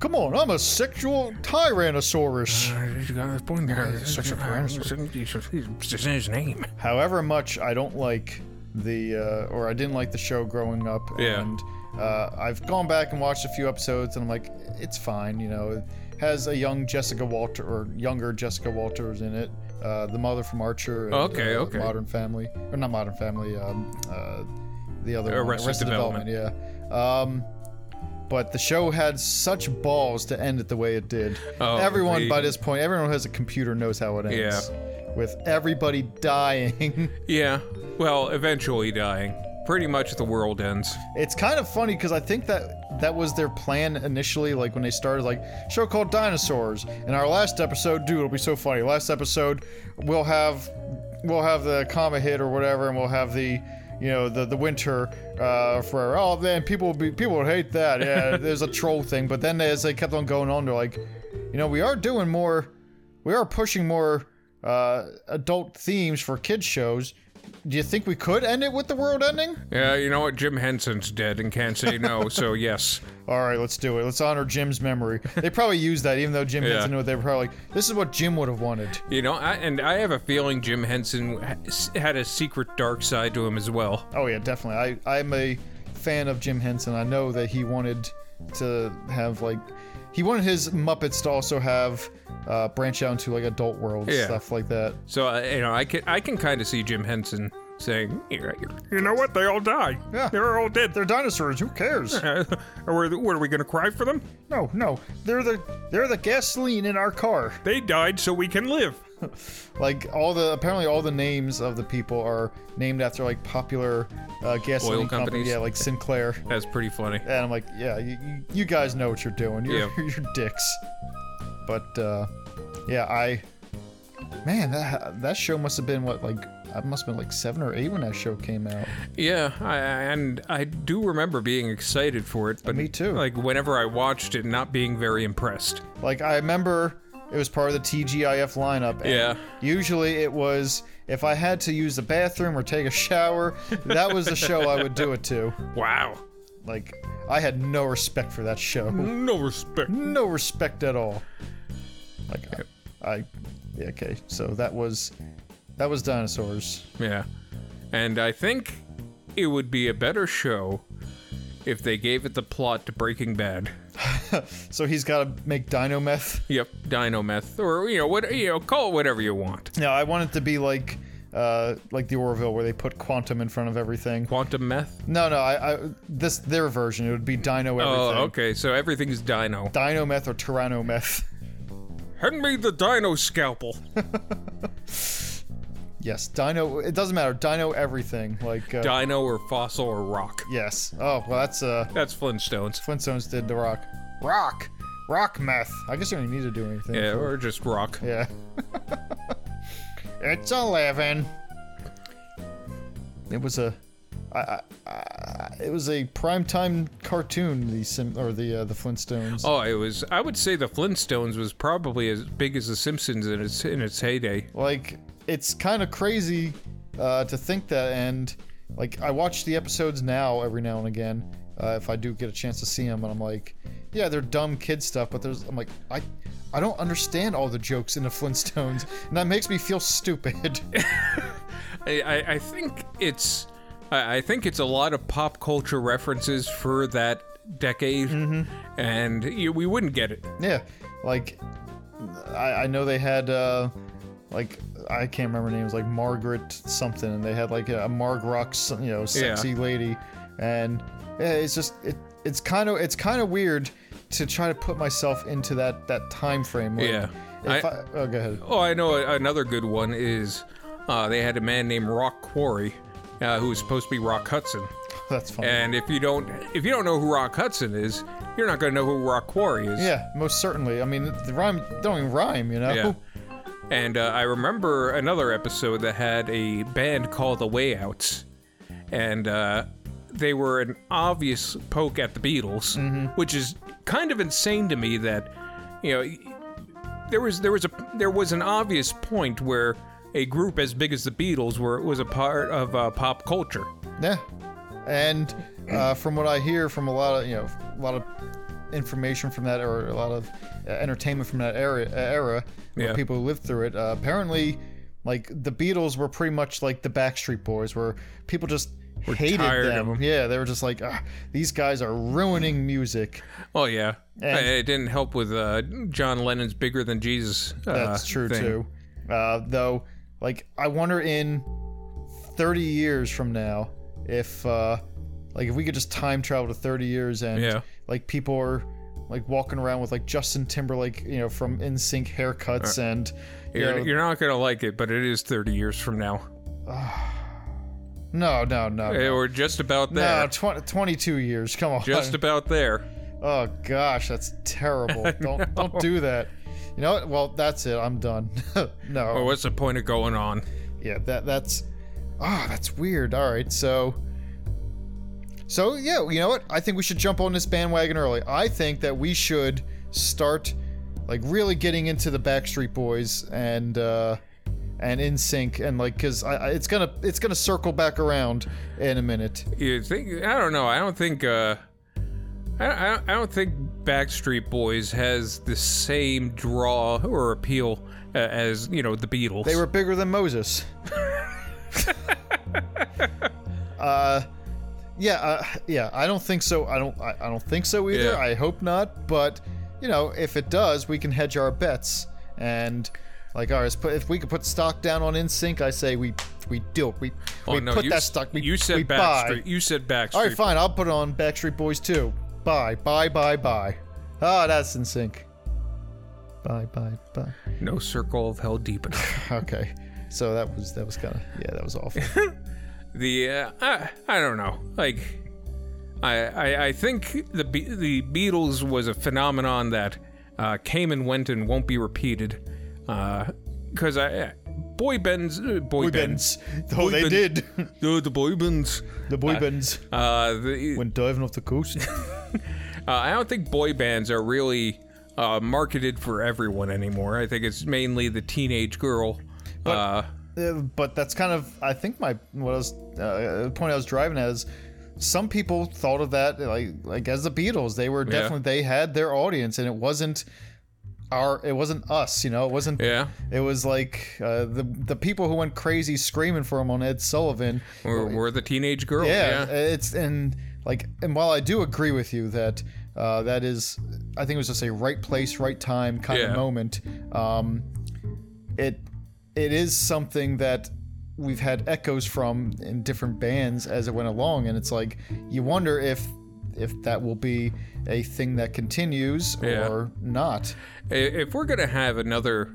[SPEAKER 1] Come on, I'm a sexual tyrannosaurus.
[SPEAKER 2] sexual tyrannosaurus. his name.
[SPEAKER 1] However much I don't like the, uh, or I didn't like the show growing up,
[SPEAKER 2] Yeah.
[SPEAKER 1] and uh, I've gone back and watched a few episodes, and I'm like, it's fine, you know. It has a young Jessica Walter or younger Jessica Walters in it, uh, the mother from Archer. And,
[SPEAKER 2] Okay,
[SPEAKER 1] uh,
[SPEAKER 2] okay.
[SPEAKER 1] Modern Family, or not Modern Family. Um, uh, the other one,
[SPEAKER 2] Arrested Development.
[SPEAKER 1] yeah. Um, but the show had such balls to end it the way it did.
[SPEAKER 2] Oh,
[SPEAKER 1] everyone
[SPEAKER 2] the-
[SPEAKER 1] by this point, everyone who has a computer knows how it ends. With everybody dying.
[SPEAKER 2] Yeah. Well, eventually dying. Pretty much the world ends.
[SPEAKER 1] it's kind of funny because I think that that was their plan initially, like when they started, like show called Dinosaurs. And our last episode, dude, it'll be so funny. Last episode, we'll have we'll have the comma hit or whatever, and we'll have the you know the the winter uh, for oh man people will be people would hate that yeah there's a troll thing but then as they kept on going on they're like you know we are doing more we are pushing more uh, adult themes for kids shows do you think we could end it with the world ending
[SPEAKER 2] Yeah, you know what? Jim Henson's dead and can't say no, so yes.
[SPEAKER 1] All right, let's do it. Let's honor Jim's memory. They probably used that, even though Jim
[SPEAKER 2] Yeah.
[SPEAKER 1] doesn't know it. They were probably like, "This is what Jim would have wanted."
[SPEAKER 2] You know, I, and I have a feeling Jim Henson ha- had a secret dark side to him as well.
[SPEAKER 1] Oh yeah, definitely. I I'm a fan of Jim Henson. I know that he wanted to have like he wanted his Muppets to also have uh, branch out into like adult world
[SPEAKER 2] Yeah.
[SPEAKER 1] stuff like that.
[SPEAKER 2] So uh, you know, I can I can kind of see Jim Henson saying, "You you know what? They all die.
[SPEAKER 1] Yeah.
[SPEAKER 2] They're all dead.
[SPEAKER 1] They're dinosaurs. Who cares?
[SPEAKER 2] Uh, or what are we gonna cry for them?
[SPEAKER 1] No, no. They're the they're the gasoline in our car.
[SPEAKER 2] They died so we can live."
[SPEAKER 1] Like all the apparently all the names of the people are named after like popular uh, gasoline
[SPEAKER 2] Oil
[SPEAKER 1] company-
[SPEAKER 2] companies.
[SPEAKER 1] Yeah, like Sinclair.
[SPEAKER 2] That's pretty funny.
[SPEAKER 1] And I'm like, yeah, you, you- you guys know what you're doing. You're,
[SPEAKER 2] Yeah.
[SPEAKER 1] you're dicks. But, uh, yeah, I. Man, that, that show must have been what, like, I must have been like seven or eight when that show came out.
[SPEAKER 2] Yeah, I, and I do remember being excited for it, but
[SPEAKER 1] Me too.
[SPEAKER 2] Like whenever I watched it, not being very impressed.
[SPEAKER 1] Like, I remember it was part of the TGIF lineup. and
[SPEAKER 2] Yeah.
[SPEAKER 1] Usually it was if I had to use the bathroom or take a shower, that was the show I would do it to.
[SPEAKER 2] Wow.
[SPEAKER 1] Like, I had no respect for that show.
[SPEAKER 2] No respect.
[SPEAKER 1] no respect at all. Like I, I yeah, okay. So that was that was dinosaurs.
[SPEAKER 2] Yeah. And I think it would be a better show if they gave it the plot to Breaking Bad.
[SPEAKER 1] So he's got to make dino meth.
[SPEAKER 2] Yep, Dino Meth, or you know what you know, call it whatever you want.
[SPEAKER 1] Now I want it to be like uh like the Orville where they put quantum in front of everything.
[SPEAKER 2] Quantum Meth.
[SPEAKER 1] No, no, I, I this their version. It would be dino
[SPEAKER 2] Oh,
[SPEAKER 1] everything.
[SPEAKER 2] okay. So everything's Dino.
[SPEAKER 1] Dino meth or tyranno meth.
[SPEAKER 2] Hand me the Dino scalpel.
[SPEAKER 1] Yes, dino it doesn't matter. Dino everything. Like uh,
[SPEAKER 2] Dino or fossil or rock.
[SPEAKER 1] yes. Oh, well that's uh
[SPEAKER 2] That's Flintstones.
[SPEAKER 1] Flintstones did the rock. rock, rock meth. I guess I don't even need to do anything.
[SPEAKER 2] Yeah,
[SPEAKER 1] for-
[SPEAKER 2] or just rock.
[SPEAKER 1] yeah. it's eleven. It was a, I, I, I, it was a primetime cartoon. The sim or the uh, the Flintstones.
[SPEAKER 2] Oh, it was. I would say the Flintstones was probably as big as the Simpsons in its in its heyday.
[SPEAKER 1] like it's kind of crazy uh, to think that and like i watch the episodes now every now and again uh, if i do get a chance to see them and i'm like yeah they're dumb kid stuff but there's i'm like i i don't understand all the jokes in the flintstones and that makes me feel stupid
[SPEAKER 2] I, I, I think it's I I think it's a lot of pop culture references for that decade, Mm-hmm. and you, we wouldn't get it.
[SPEAKER 1] yeah like i i know they had uh like I can't remember names, like Margaret something, and they had like a, a Marg Rock's, you know, sexy lady, and yeah, it's just it, it's kind of it's kind of weird to try to put myself into that that time frame. Like,
[SPEAKER 2] Yeah.
[SPEAKER 1] If
[SPEAKER 2] I-
[SPEAKER 1] I, oh, go ahead.
[SPEAKER 2] Oh, I know a- another good one is uh, they had a man named Rock Quarry, uh, who was supposed to be Rock Hudson.
[SPEAKER 1] That's fine.
[SPEAKER 2] And if you don't if you don't know who Rock Hudson is, you're not gonna know who Rock Quarry is.
[SPEAKER 1] yeah, most certainly. I mean, the rhyme they don't even rhyme, you know.
[SPEAKER 2] Yeah. And uh, I remember another episode that had a band called The Way Outs, and uh, they were an obvious poke at the Beatles, which is kind of insane to me that you know there was there was a there was an obvious point where a group as big as the Beatles were was a part of uh, pop culture.
[SPEAKER 1] Yeah, and uh, from what I hear from a lot of you know a lot of information from that or a lot of uh, entertainment from that era, era or
[SPEAKER 2] Yeah.
[SPEAKER 1] people who lived through it, uh, apparently, like the Beatles were pretty much like the Backstreet Boys, where people just hated
[SPEAKER 2] tired of
[SPEAKER 1] them.
[SPEAKER 2] them.
[SPEAKER 1] Yeah, they were just like, "Ah, these guys are ruining music.
[SPEAKER 2] Oh yeah,
[SPEAKER 1] And-
[SPEAKER 2] it didn't help with uh, John Lennon's "Bigger Than Jesus." Uh,
[SPEAKER 1] That's true
[SPEAKER 2] thing.
[SPEAKER 1] too. Uh, though, like, I wonder in 30 years from now if, uh, like, if we could just time travel to 30 years and,
[SPEAKER 2] Yeah.
[SPEAKER 1] like, people are like walking around with like Justin Timberlake, you know, from NSYNC haircuts and, you
[SPEAKER 2] Uh, You're,
[SPEAKER 1] know-
[SPEAKER 2] you're not gonna like it, but it is 30 years from now.
[SPEAKER 1] no, no, no,
[SPEAKER 2] Eh, We're just about there.
[SPEAKER 1] no, tw- 22 years. Come on,
[SPEAKER 2] just about there.
[SPEAKER 1] oh gosh, that's terrible. Don't don't do that. You know what? Well, that's it. I'm done. no.
[SPEAKER 2] Or what's the point of going on?
[SPEAKER 1] yeah that that's ah that's weird all right so so yeah you know what i think we should jump on this bandwagon early i think that we should start like really getting into the backstreet boys and uh and in sync and like because I, I it's gonna it's gonna circle back around in a minute
[SPEAKER 2] You think? I don't know. I don't think. Uh, I, I, I don't think Backstreet Boys has the same draw or appeal uh, as you know the Beatles.
[SPEAKER 1] They were bigger than Moses. uh, yeah, uh, yeah. I don't think so. I don't. I, I don't think so either.
[SPEAKER 2] Yeah.
[SPEAKER 1] I hope not. But you know, if it does, we can hedge our bets and like ours. Put if we could put stock down on InSync, I say we we do it. We
[SPEAKER 2] Oh,
[SPEAKER 1] we
[SPEAKER 2] no,
[SPEAKER 1] put
[SPEAKER 2] you,
[SPEAKER 1] that
[SPEAKER 2] s-
[SPEAKER 1] stock. We
[SPEAKER 2] you said
[SPEAKER 1] we buy.
[SPEAKER 2] Backstreet. You said Backstreet.
[SPEAKER 1] All right, fine. I'll put on Backstreet Boys too. Bye, bye, bye, bye. Ah, that's InSync. Bye, bye, bye.
[SPEAKER 2] No circle of hell deep enough.
[SPEAKER 1] Okay. So that was that was kind of yeah that was awful.
[SPEAKER 2] the uh, I, I don't know. Like I I, I think the Be- the Beatles was a phenomenon that uh, came and went and won't be repeated. Because I boy bands uh, boy, bands
[SPEAKER 1] Oh,
[SPEAKER 2] Boy
[SPEAKER 1] they
[SPEAKER 2] bands.
[SPEAKER 1] did.
[SPEAKER 2] the, the boy bands.
[SPEAKER 1] the boy bands
[SPEAKER 2] Uh, the,
[SPEAKER 1] went diving off the coast.
[SPEAKER 2] uh, I don't think boy bands are really uh, marketed for everyone anymore. I think it's mainly the teenage girl. uh,
[SPEAKER 1] Uh, but that's kind of I think my what I was uh, the point I was driving at is some people thought of that like like as the Beatles they were definitely they had their audience and it wasn't our it wasn't us you know it wasn't
[SPEAKER 2] yeah.
[SPEAKER 1] it was like uh, the the people who went crazy screaming for him on Ed Sullivan
[SPEAKER 2] We're, we're the teenage girl.
[SPEAKER 1] yeah,
[SPEAKER 2] Yeah.
[SPEAKER 1] it's and like and while i do agree with you that uh, that is i think it was just a right place right time kind
[SPEAKER 2] Yeah.
[SPEAKER 1] of moment um, it it is something that we've had echoes from in different bands as it went along and it's like you wonder if if that will be a thing that continues
[SPEAKER 2] Yeah.
[SPEAKER 1] or not
[SPEAKER 2] I- If we're gonna have another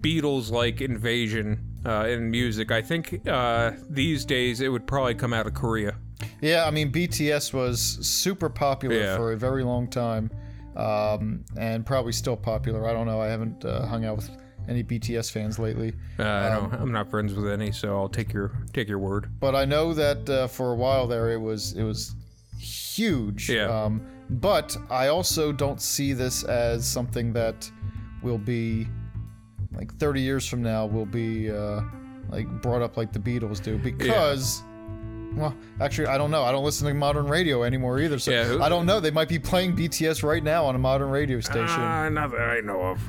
[SPEAKER 2] Beatles-like invasion uh, in music, I think uh, these days it would probably come out of Korea.
[SPEAKER 1] yeah i mean bts was super popular
[SPEAKER 2] Yeah.
[SPEAKER 1] for a very long time um, and probably still popular. I don't know. I haven't uh, hung out with any BTS fans lately.
[SPEAKER 2] Uh, I don't, I'm not friends with any, so I'll take your take your word.
[SPEAKER 1] but I know that uh, for a while there it was it was huge.
[SPEAKER 2] Yeah.
[SPEAKER 1] Um, but I also don't see this as something that will be like 30 years from now will be uh, like brought up like the Beatles do because. Well, actually, I don't know. I don't listen to modern radio anymore either, so
[SPEAKER 2] Yeah, who-
[SPEAKER 1] I don't know. They might be playing BTS right now on a modern radio station.
[SPEAKER 2] Uh, not that I know of.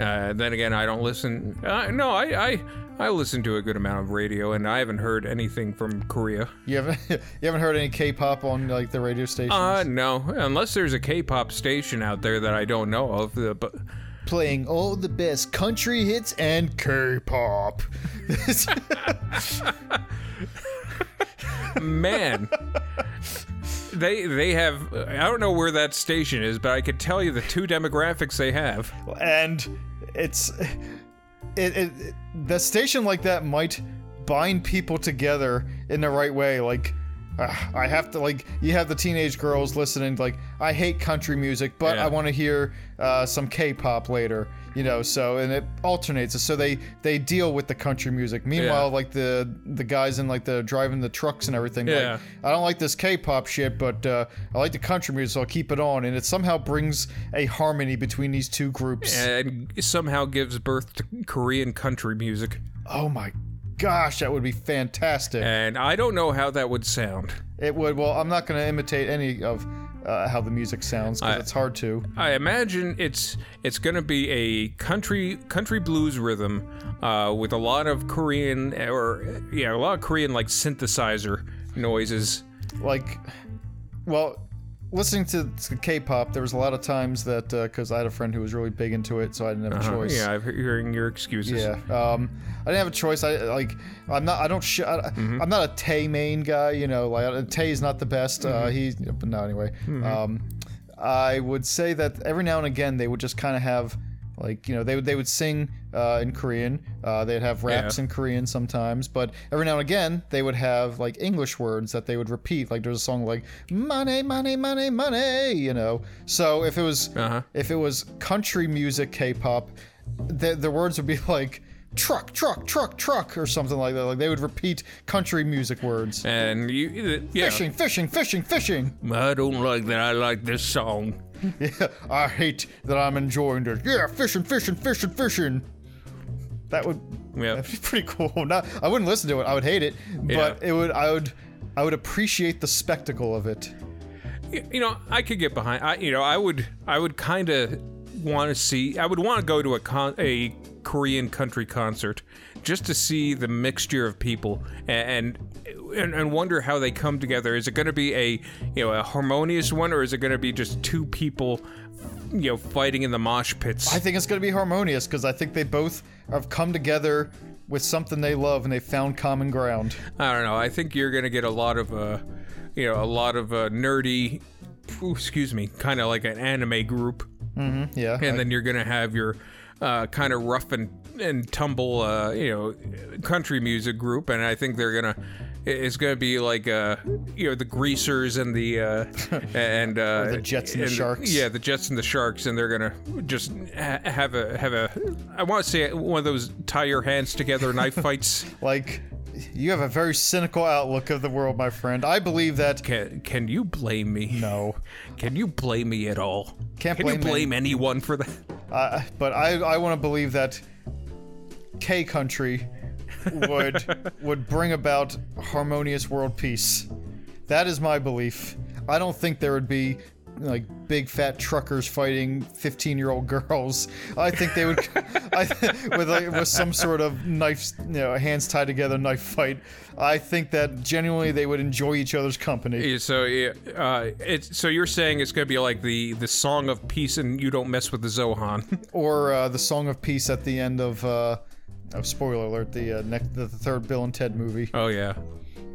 [SPEAKER 2] Uh, then again, I don't listen. Uh, no, I, I I listen to a good amount of radio, and I haven't heard anything from Korea.
[SPEAKER 1] you haven't you haven't heard any K-pop on like the radio stations
[SPEAKER 2] Uh, no, unless there's a K-pop station out there that I don't know of. uh, But
[SPEAKER 1] playing all the best country hits and K-pop.
[SPEAKER 2] man, they they have. I don't know where that station is, but I could tell you the two demographics they have.
[SPEAKER 1] and it's it, it, the station like that might bind people together in the right way like uh, i have to like you have the teenage girls listening like i hate country music but
[SPEAKER 2] Yeah.
[SPEAKER 1] i want to hear uh, some k-pop later you know so and it alternates so they they deal with the country music meanwhile like the the guys in like the driving the trucks and everything
[SPEAKER 2] Yeah.
[SPEAKER 1] like I don't like this K-pop shit, but uh, I like the country music, so I'll keep it on. And it somehow brings a harmony between these two groups.
[SPEAKER 2] and somehow gives birth to Korean country music.
[SPEAKER 1] Oh my gosh, that would be fantastic.
[SPEAKER 2] And I don't know how that would sound.
[SPEAKER 1] It would. Well, I'm not going to imitate any of uh, how the music sounds because it's hard to.
[SPEAKER 2] I imagine it's it's going to be a country country blues rhythm uh, with a lot of Korean or yeah, a lot of Korean like synthesizer noises.
[SPEAKER 1] Like, well. Listening to, to K-pop, there was a lot of times that because I had a friend who was really big into it, so I didn't have a choice.
[SPEAKER 2] Uh-huh. Yeah, I'm hearing your excuses.
[SPEAKER 1] Yeah. Um, I didn't have a choice. I like. I'm not. I don't. Sh- I, I'm not a Tay main guy. You know, like uh, Tay is not the best. Uh, he. But no, anyway. Um, I would say that every now and again they would just kind of have, like you know, they would they would sing uh, in Korean. Uh, they'd have raps
[SPEAKER 2] Yeah.
[SPEAKER 1] in Korean sometimes, but every now and again they would have like English words that they would repeat. Like there's a song like money, money, money, money. You know. So if it was
[SPEAKER 2] Uh-huh.
[SPEAKER 1] if it was country music K-pop, the the words would be like truck, truck, truck, truck, or something like that. Like they would repeat country music words.
[SPEAKER 2] And you, yeah,
[SPEAKER 1] Fishing, fishing, fishing, fishing.
[SPEAKER 2] I don't like that. I like this song.
[SPEAKER 1] Yeah, I hate that I'm enjoying this. Yeah, fishing, fishing, fishing, fishing. That would
[SPEAKER 2] Yeah,
[SPEAKER 1] that'd be pretty cool. Not, I wouldn't listen to it. I would hate it, but it would. I would. I would appreciate the spectacle of it.
[SPEAKER 2] Y- you know, I could get behind. I, you know, I would, I would kind of want to see. I would want to go to a con- a Korean country concert just to see the mixture of people a- and and, and wonder how they come together. Is it going to be a you know a harmonious one, or is it going to be just two people? You know, fighting in the mosh pits.
[SPEAKER 1] I think it's going to be harmonious because I think they both have come together with something they love and they found common ground.
[SPEAKER 2] I don't know. I think you're gonna get a lot of, uh, you know, a lot of uh, nerdy, ooh, excuse me, kind of like an anime group,
[SPEAKER 1] Yeah.
[SPEAKER 2] and then you're gonna have your uh, kind of rough and and tumble, uh, you know, country music group, and I think they're gonna. i- It's gonna be like uh, you know the greasers and the uh, and uh,
[SPEAKER 1] the Jets and the Sharks.
[SPEAKER 2] Yeah, the Jets and the Sharks, and they're gonna just ha- have a have a. I want to say one of those tie your hands together knife fights.
[SPEAKER 1] Like, you have a very cynical outlook of the world, my friend. I believe that.
[SPEAKER 2] Can can you blame me?
[SPEAKER 1] No.
[SPEAKER 2] Can you blame me at all?
[SPEAKER 1] Can't
[SPEAKER 2] Can
[SPEAKER 1] blame
[SPEAKER 2] you blame anyone for that?
[SPEAKER 1] Uh, but I, I want to believe that K country would would bring about harmonious world peace. That is my belief. I don't think there would be like big fat truckers fighting 15 year old girls. I think they would I, with like, with some sort of knife, you know, hands tied together knife fight. I think that genuinely they would enjoy each other's company.
[SPEAKER 2] Yeah, So yeah, uh, it's so you're saying it's gonna be like the the song of peace and you don't mess with the Zohan.
[SPEAKER 1] or uh, the song of peace at the end of uh, oh, spoiler alert the uh, next the third Bill and Ted movie.
[SPEAKER 2] oh yeah.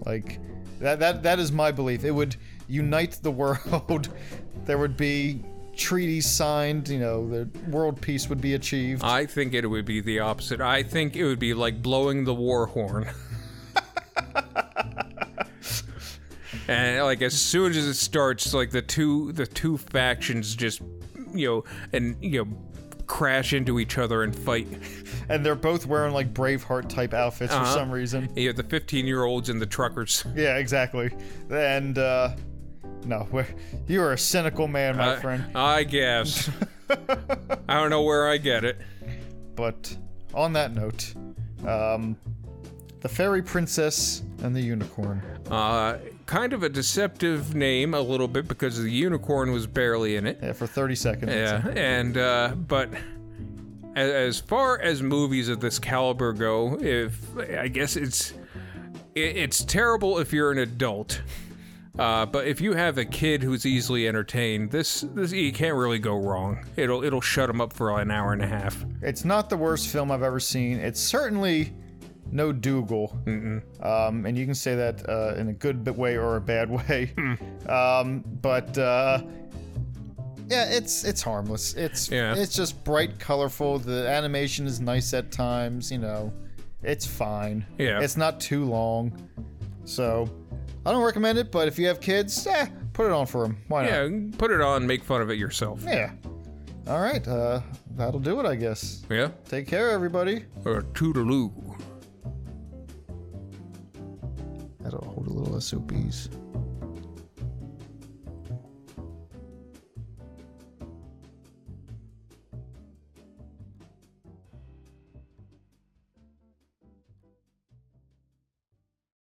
[SPEAKER 1] Like that that that is my belief. It would unite the world. there would be treaties signed. You know, the world peace would be achieved.
[SPEAKER 2] I think it would be the opposite. I think it would be like blowing the war horn. and like as soon as it starts, like the two the two factions just you know and you know crash into each other and fight.
[SPEAKER 1] and they're both wearing like Braveheart type outfits for some reason.
[SPEAKER 2] You have the 15 year olds and the truckers.
[SPEAKER 1] Yeah, exactly. And uh, no, we're, you are a cynical man,
[SPEAKER 2] Uh-huh.
[SPEAKER 1] my friend.
[SPEAKER 2] I guess. I don't know where I get it.
[SPEAKER 1] But on that note, um, the fairy princess and the unicorn.
[SPEAKER 2] Uh, kind of a deceptive name, a little bit, because the unicorn was barely in it.
[SPEAKER 1] Yeah, for 30 seconds.
[SPEAKER 2] Yeah, and uh, but a- as far as movies of this caliber go, if I guess it's i- it's terrible if you're an adult. Uh, but if you have a kid who's easily entertained, this this you can't really go wrong. It'll it'll shut him up for an hour and a half.
[SPEAKER 1] It's not the worst film I've ever seen. It's certainly no Dougal. Um, and you can say that uh, in a good bit way or a bad way.
[SPEAKER 2] Hmm.
[SPEAKER 1] Um, but uh, yeah, it's it's harmless. It's
[SPEAKER 2] Yeah.
[SPEAKER 1] it's just bright, colorful. The animation is nice at times. You know, it's fine.
[SPEAKER 2] Yeah.
[SPEAKER 1] it's not too long. So I don't recommend it. But if you have kids, eh, put it on for them. Why not?
[SPEAKER 2] Yeah, put it on, make fun of it yourself.
[SPEAKER 1] Yeah. All right. Uh, that'll do it, I guess.
[SPEAKER 2] Yeah,
[SPEAKER 1] Take care, everybody.
[SPEAKER 2] or toodaloo.
[SPEAKER 1] That'll hold a little SOPs.